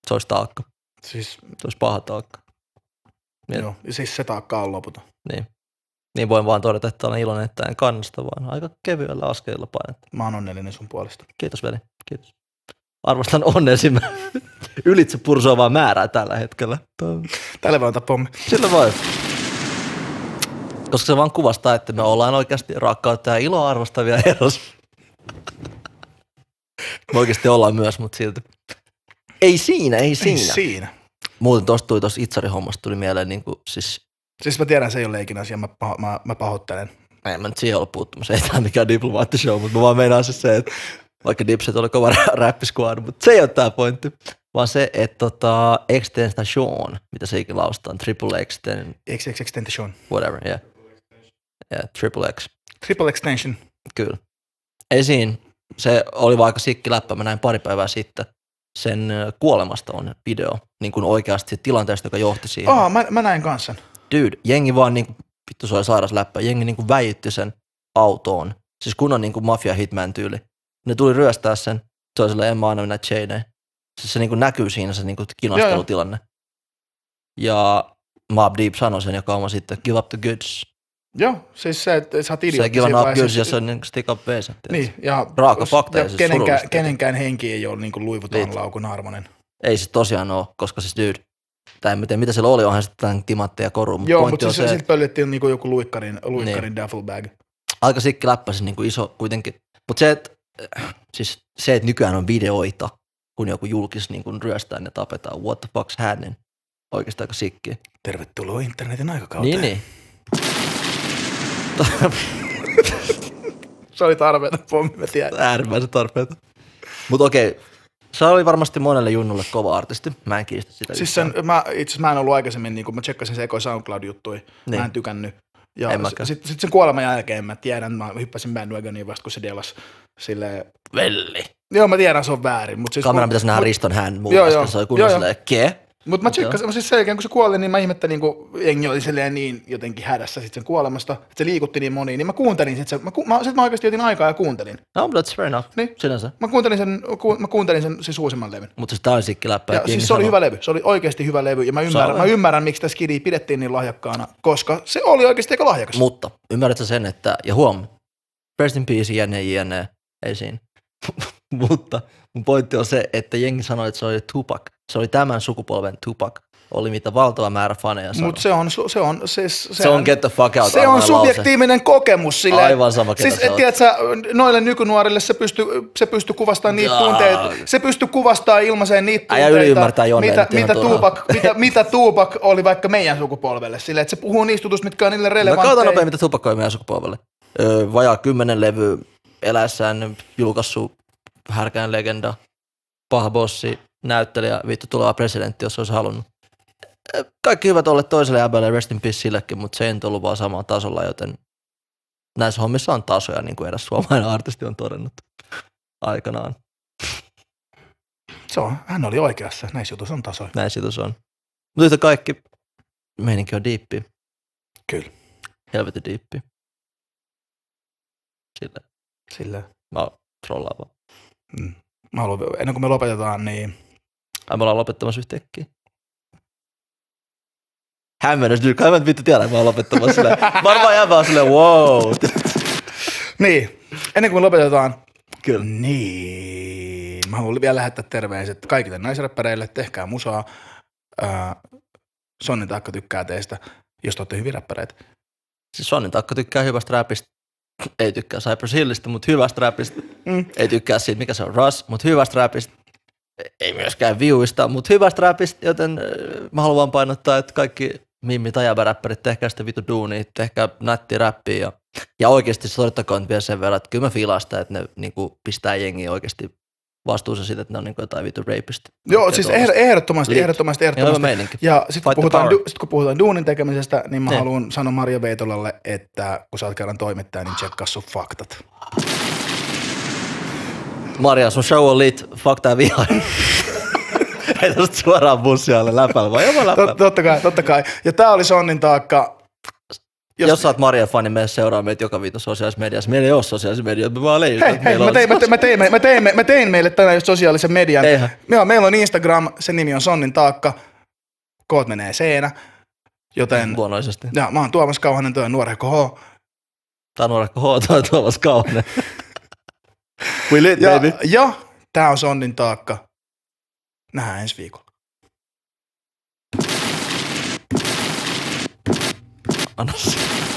[SPEAKER 3] Se olisi taakka.
[SPEAKER 1] Siis,
[SPEAKER 3] Se olisi paha taakka. Niin.
[SPEAKER 1] joo, siis se taakka on loputon.
[SPEAKER 3] Niin. Niin voin vaan todeta, että olen iloinen, että en kannasta, vaan aika kevyellä askelilla painetta.
[SPEAKER 1] Mä oon onnellinen sun puolesta.
[SPEAKER 3] Kiitos veli, kiitos. Arvostan onnesi mä- ylitse pursoavaa määrää tällä hetkellä.
[SPEAKER 1] Tälle voi antaa pommi.
[SPEAKER 3] Sillä voi. Koska se vaan kuvastaa, että me ollaan oikeasti rakkautta ja iloa arvostavia eros. Me oikeasti ollaan myös, mutta silti. Ei siinä, ei siinä.
[SPEAKER 1] Ei
[SPEAKER 3] Ei si-
[SPEAKER 1] siinä.
[SPEAKER 3] Muuten tuosta tuli tuossa itsarihommasta tuli mieleen, niin kuin, siis
[SPEAKER 1] Siis mä tiedän, se ei ole leikin asia, mä, paho, mä, mä pahoittelen.
[SPEAKER 3] en mä nyt siihen ole puuttumassa, ei tämä mikään diplomaattishow, mutta mä vaan meinaan siis se, että vaikka Dipset oli kova rä- räppiskuad, mutta se ei ole tää pointti, vaan se, että tota, Extension, mitä se ikinä lausutaan, Triple Exten,
[SPEAKER 1] XX Extension.
[SPEAKER 3] whatever, yeah. yeah triple X,
[SPEAKER 1] Triple Extension.
[SPEAKER 3] kyllä. Esiin, se oli vaikka sikki läppä, mä näin pari päivää sitten, sen ö, kuolemasta on video, niin kuin oikeasti tilanteesta, joka johti siihen.
[SPEAKER 1] Aa, mä, mä näin kanssa.
[SPEAKER 3] dude, jengi vaan niinku, vittu se oli sairas läppä, jengi niinku väitti sen autoon. Siis kunnon niinku mafia hitman tyyli. Ne tuli ryöstää sen, se oli sillä en mä anna minä chaineen. Siis se niinku näkyy siinä se niinku kinastelutilanne. Ja Mob Deep sanoi sen, joka on sitten give up the goods.
[SPEAKER 1] Joo, siis se, että sä oot
[SPEAKER 3] Se
[SPEAKER 1] idiootti
[SPEAKER 3] give
[SPEAKER 1] siinä
[SPEAKER 3] up
[SPEAKER 1] vaiheessa.
[SPEAKER 3] goods ja se on niinku stick up veesen.
[SPEAKER 1] Niin, ja,
[SPEAKER 3] Raaka fakta ja
[SPEAKER 1] ja
[SPEAKER 3] siis
[SPEAKER 1] kenenkään,
[SPEAKER 3] surullista.
[SPEAKER 1] kenenkään henki ei ole niin kuin luivutaan
[SPEAKER 3] Niin.
[SPEAKER 1] laukun armonen.
[SPEAKER 3] Ei se tosiaan ole, koska siis dude, tai en mä tiedä, mitä siellä oli, onhan sitten timantteja koru, mutta
[SPEAKER 1] Joo,
[SPEAKER 3] pointti
[SPEAKER 1] mutta
[SPEAKER 3] on
[SPEAKER 1] siis se,
[SPEAKER 3] se,
[SPEAKER 1] silti pöllittiin niin kuin joku luikkarin, luikkarin duffelbag.
[SPEAKER 3] aika sikki läppä, siis niin kuin iso kuitenkin. Mutta se, että siis se, et nykyään on videoita, kun joku julkis niin kuin ryöstään ja tapetaan, what the fuck's happening? Oikeastaan aika sikki.
[SPEAKER 1] Tervetuloa internetin aikakauteen.
[SPEAKER 3] Niin, niin. niin.
[SPEAKER 1] Se oli tarpeita pommi, mä tiedän.
[SPEAKER 3] Äärimmäisen tarpeita. Mutta okei, se oli varmasti monelle junnulle kova artisti. Mä en kiistä sitä
[SPEAKER 1] Siis
[SPEAKER 3] yhtään.
[SPEAKER 1] sen, mä, itse asiassa mä en ollut aikaisemmin, niin kun mä tsekkasin se ekoi SoundCloud-juttui, niin.
[SPEAKER 3] Niin.
[SPEAKER 1] mä en tykännyt.
[SPEAKER 3] En
[SPEAKER 1] Ja
[SPEAKER 3] mäkään.
[SPEAKER 1] sitten sit, sit sen kuoleman jälkeen mä tiedän, mä hyppäsin bandwagoniin vasta kun se delas silleen,
[SPEAKER 3] Velli.
[SPEAKER 1] joo mä tiedän se on väärin, mutta siis
[SPEAKER 3] Kamera
[SPEAKER 1] mut-
[SPEAKER 3] pitäisi nähdä
[SPEAKER 1] siis mut-
[SPEAKER 3] Riston hän muun
[SPEAKER 1] Joo,
[SPEAKER 3] joo,
[SPEAKER 1] joo.
[SPEAKER 3] se oli kunnon
[SPEAKER 1] Joo, joo.
[SPEAKER 3] silleen, ke?
[SPEAKER 1] Mutta mä
[SPEAKER 3] Mut joo.
[SPEAKER 1] tsekkasin, mä siis sen jälkeen kun se kuoli, niin mä ihmettelin, kun jengi oli silleen niin jotenkin hädässä sitten sen kuolemasta, että se liikutti niin moniin, niin mä kuuntelin sit sen, mä, ku, mä, sit mä oikeasti otin aikaa ja kuuntelin.
[SPEAKER 3] No, but that's fair enough.
[SPEAKER 1] Niin.
[SPEAKER 3] Sinänsä.
[SPEAKER 1] Mä kuuntelin sen, ku, mä kuuntelin sen siis uusimman levyn.
[SPEAKER 3] Mutta siis tää oli sikki läppä.
[SPEAKER 1] Ja
[SPEAKER 3] että jengi
[SPEAKER 1] siis se oli
[SPEAKER 3] sanoo-
[SPEAKER 1] hyvä levy, se oli oikeasti hyvä levy, ja mä ymmärrän,
[SPEAKER 3] oli.
[SPEAKER 1] mä ymmärrän miksi tässä Skidi pidettiin niin lahjakkaana, koska se oli oikeasti aika lahjakas.
[SPEAKER 3] Mutta ymmärrätkö sen, että, ja huom, rest in peace, jne, jne, ei siinä. Mutta mun pointti on se, että jengi sanoi, että se oli Tupac. Se oli tämän sukupolven Tupac. Oli mitä valtava määrä faneja sanoi.
[SPEAKER 1] Mutta se on, su- se on, siis,
[SPEAKER 3] se on get the fuck out.
[SPEAKER 1] se on
[SPEAKER 3] arvoinen lause.
[SPEAKER 1] subjektiivinen kokemus sille.
[SPEAKER 3] Aivan sama, ketä
[SPEAKER 1] siis,
[SPEAKER 3] sä oot.
[SPEAKER 1] tiedätkö, noille nykynuorille se pystyy se pysty kuvastamaan niitä
[SPEAKER 3] Jaa.
[SPEAKER 1] tunteita, se pystyy kuvastamaan ilmaiseen niitä
[SPEAKER 3] Äijä
[SPEAKER 1] tunteita,
[SPEAKER 3] yliymmärtää Jonne
[SPEAKER 1] mitä,
[SPEAKER 3] nyt ihan
[SPEAKER 1] mitä,
[SPEAKER 3] turhaan.
[SPEAKER 1] Tupac, mitä, mitä Tupac oli vaikka meidän sukupolvelle. Sille, että se puhuu niistä jutuista, mitkä on niille
[SPEAKER 3] Mä katson
[SPEAKER 1] relevantteja.
[SPEAKER 3] nopein, mitä Tupac oli meidän sukupolvelle. Öö, vajaa kymmenen levy, eläessään julkaissut härkään legenda, paha bossi, näyttelijä, vittu tuleva presidentti, jos olisi halunnut. Ö, Kaikki hyvät olleet toiselle jäbälle, rest in peace sillekin, mutta se ei nyt ollut vaan samalla tasolla, joten näissä hommissa on tasoja, niin kuin eräs suomalainen artisti on todennut aikanaan.
[SPEAKER 1] Se on, hän oli oikeassa, näissä jutuissa on tasoja.
[SPEAKER 3] Näin siitä se on. Mutta yhtä kaikki, meininki on diippi,
[SPEAKER 1] Kyllä,
[SPEAKER 3] helvetin diippi. Sillä
[SPEAKER 1] sillä.
[SPEAKER 3] mä trollaan vaan.
[SPEAKER 1] Mm. Mä haluan, ennen kuin me lopetetaan, niin
[SPEAKER 3] Ai me ollaan lopettamassa yhtäkkiä. Hämmennys, nyt kai mä nyt vittu tiedän, että mä oon lopettamassa silleen. Varmaan jää vaan silleen, wow.
[SPEAKER 1] Niin, ennen kuin me lopetetaan,
[SPEAKER 3] Kyllä.
[SPEAKER 1] niin mä haluan vielä lähettää terveiset kaikille naisräppäreille, tehkää musaa. Öö, Ää, Sonni Taakka tykkää teistä, jos te olette hyviä räppäreitä.
[SPEAKER 3] Siis Sonin takka tykkää hyvästä räpistä. Ei tykkää Cypress Hillistä, mutta hyvästä räpistä.
[SPEAKER 1] Mm.
[SPEAKER 3] Ei tykkää siitä, mikä se on Russ, mutta hyvästä räpistä. Ei myöskään viuista, mutta hyvästä räpistä, joten äh, mä haluan painottaa, että kaikki mimmi tai räppärit, tehkää sitä vitu duunia, tehkää nättiä räppiä ja, ja oikeasti soittakoon vielä sen verran, että kyllä mä fiilaan sitä, että ne niinku, pistää jengiä oikeasti vastuussa siitä, että ne on niinku, jotain vitu rapista.
[SPEAKER 1] Joo, siis ehr- ehdottomasti,
[SPEAKER 3] Liit.
[SPEAKER 1] ehdottomasti,
[SPEAKER 3] Ja hyvä
[SPEAKER 1] ehdottomasti.
[SPEAKER 3] meininki.
[SPEAKER 1] Ja sitten kun,
[SPEAKER 3] Fight the
[SPEAKER 1] puhutaan,
[SPEAKER 3] power.
[SPEAKER 1] du- sit kun puhutaan duunin tekemisestä, niin mä
[SPEAKER 3] Niin.
[SPEAKER 1] haluan sanoa Maria Veitolalle, että kun sä oot kerran toimittaja, niin tsekkaa sun faktat.
[SPEAKER 3] Maria, sun show on lit, fuck tää viha. Ei tästä suoraan bussialle läpällä, vaan jopa läpällä.
[SPEAKER 1] Tot, totta kai, totta kai. Ja tää oli Sonnin taakka.
[SPEAKER 3] Jos, jos sä oot Maria fani, mene seuraa meitä joka viikko sosiaalisessa mediassa. Meillä ei ole sosiaalista mediaa, me vaan leijutaan.
[SPEAKER 1] Hei, hei, mä tein, mä,
[SPEAKER 3] siis
[SPEAKER 1] tein, mä, tein, me- mä, tein, me- mä tein meille tänään just sosiaalisen median.
[SPEAKER 3] Eihän.
[SPEAKER 1] Joo, meillä on Instagram, sen nimi on Sonnin taakka. Koot menee seinä. Joten,
[SPEAKER 3] Luonnollisesti.
[SPEAKER 1] ja mä oon Tuomas Kauhanen, toi on nuorehko H.
[SPEAKER 3] Tää on nuorekko H, toi on Tuomas Kaunen. We lit,
[SPEAKER 1] Ja,
[SPEAKER 3] baby.
[SPEAKER 1] ja tää on Sonnin taakka. Nähdään ensi viikolla.
[SPEAKER 3] Anna se.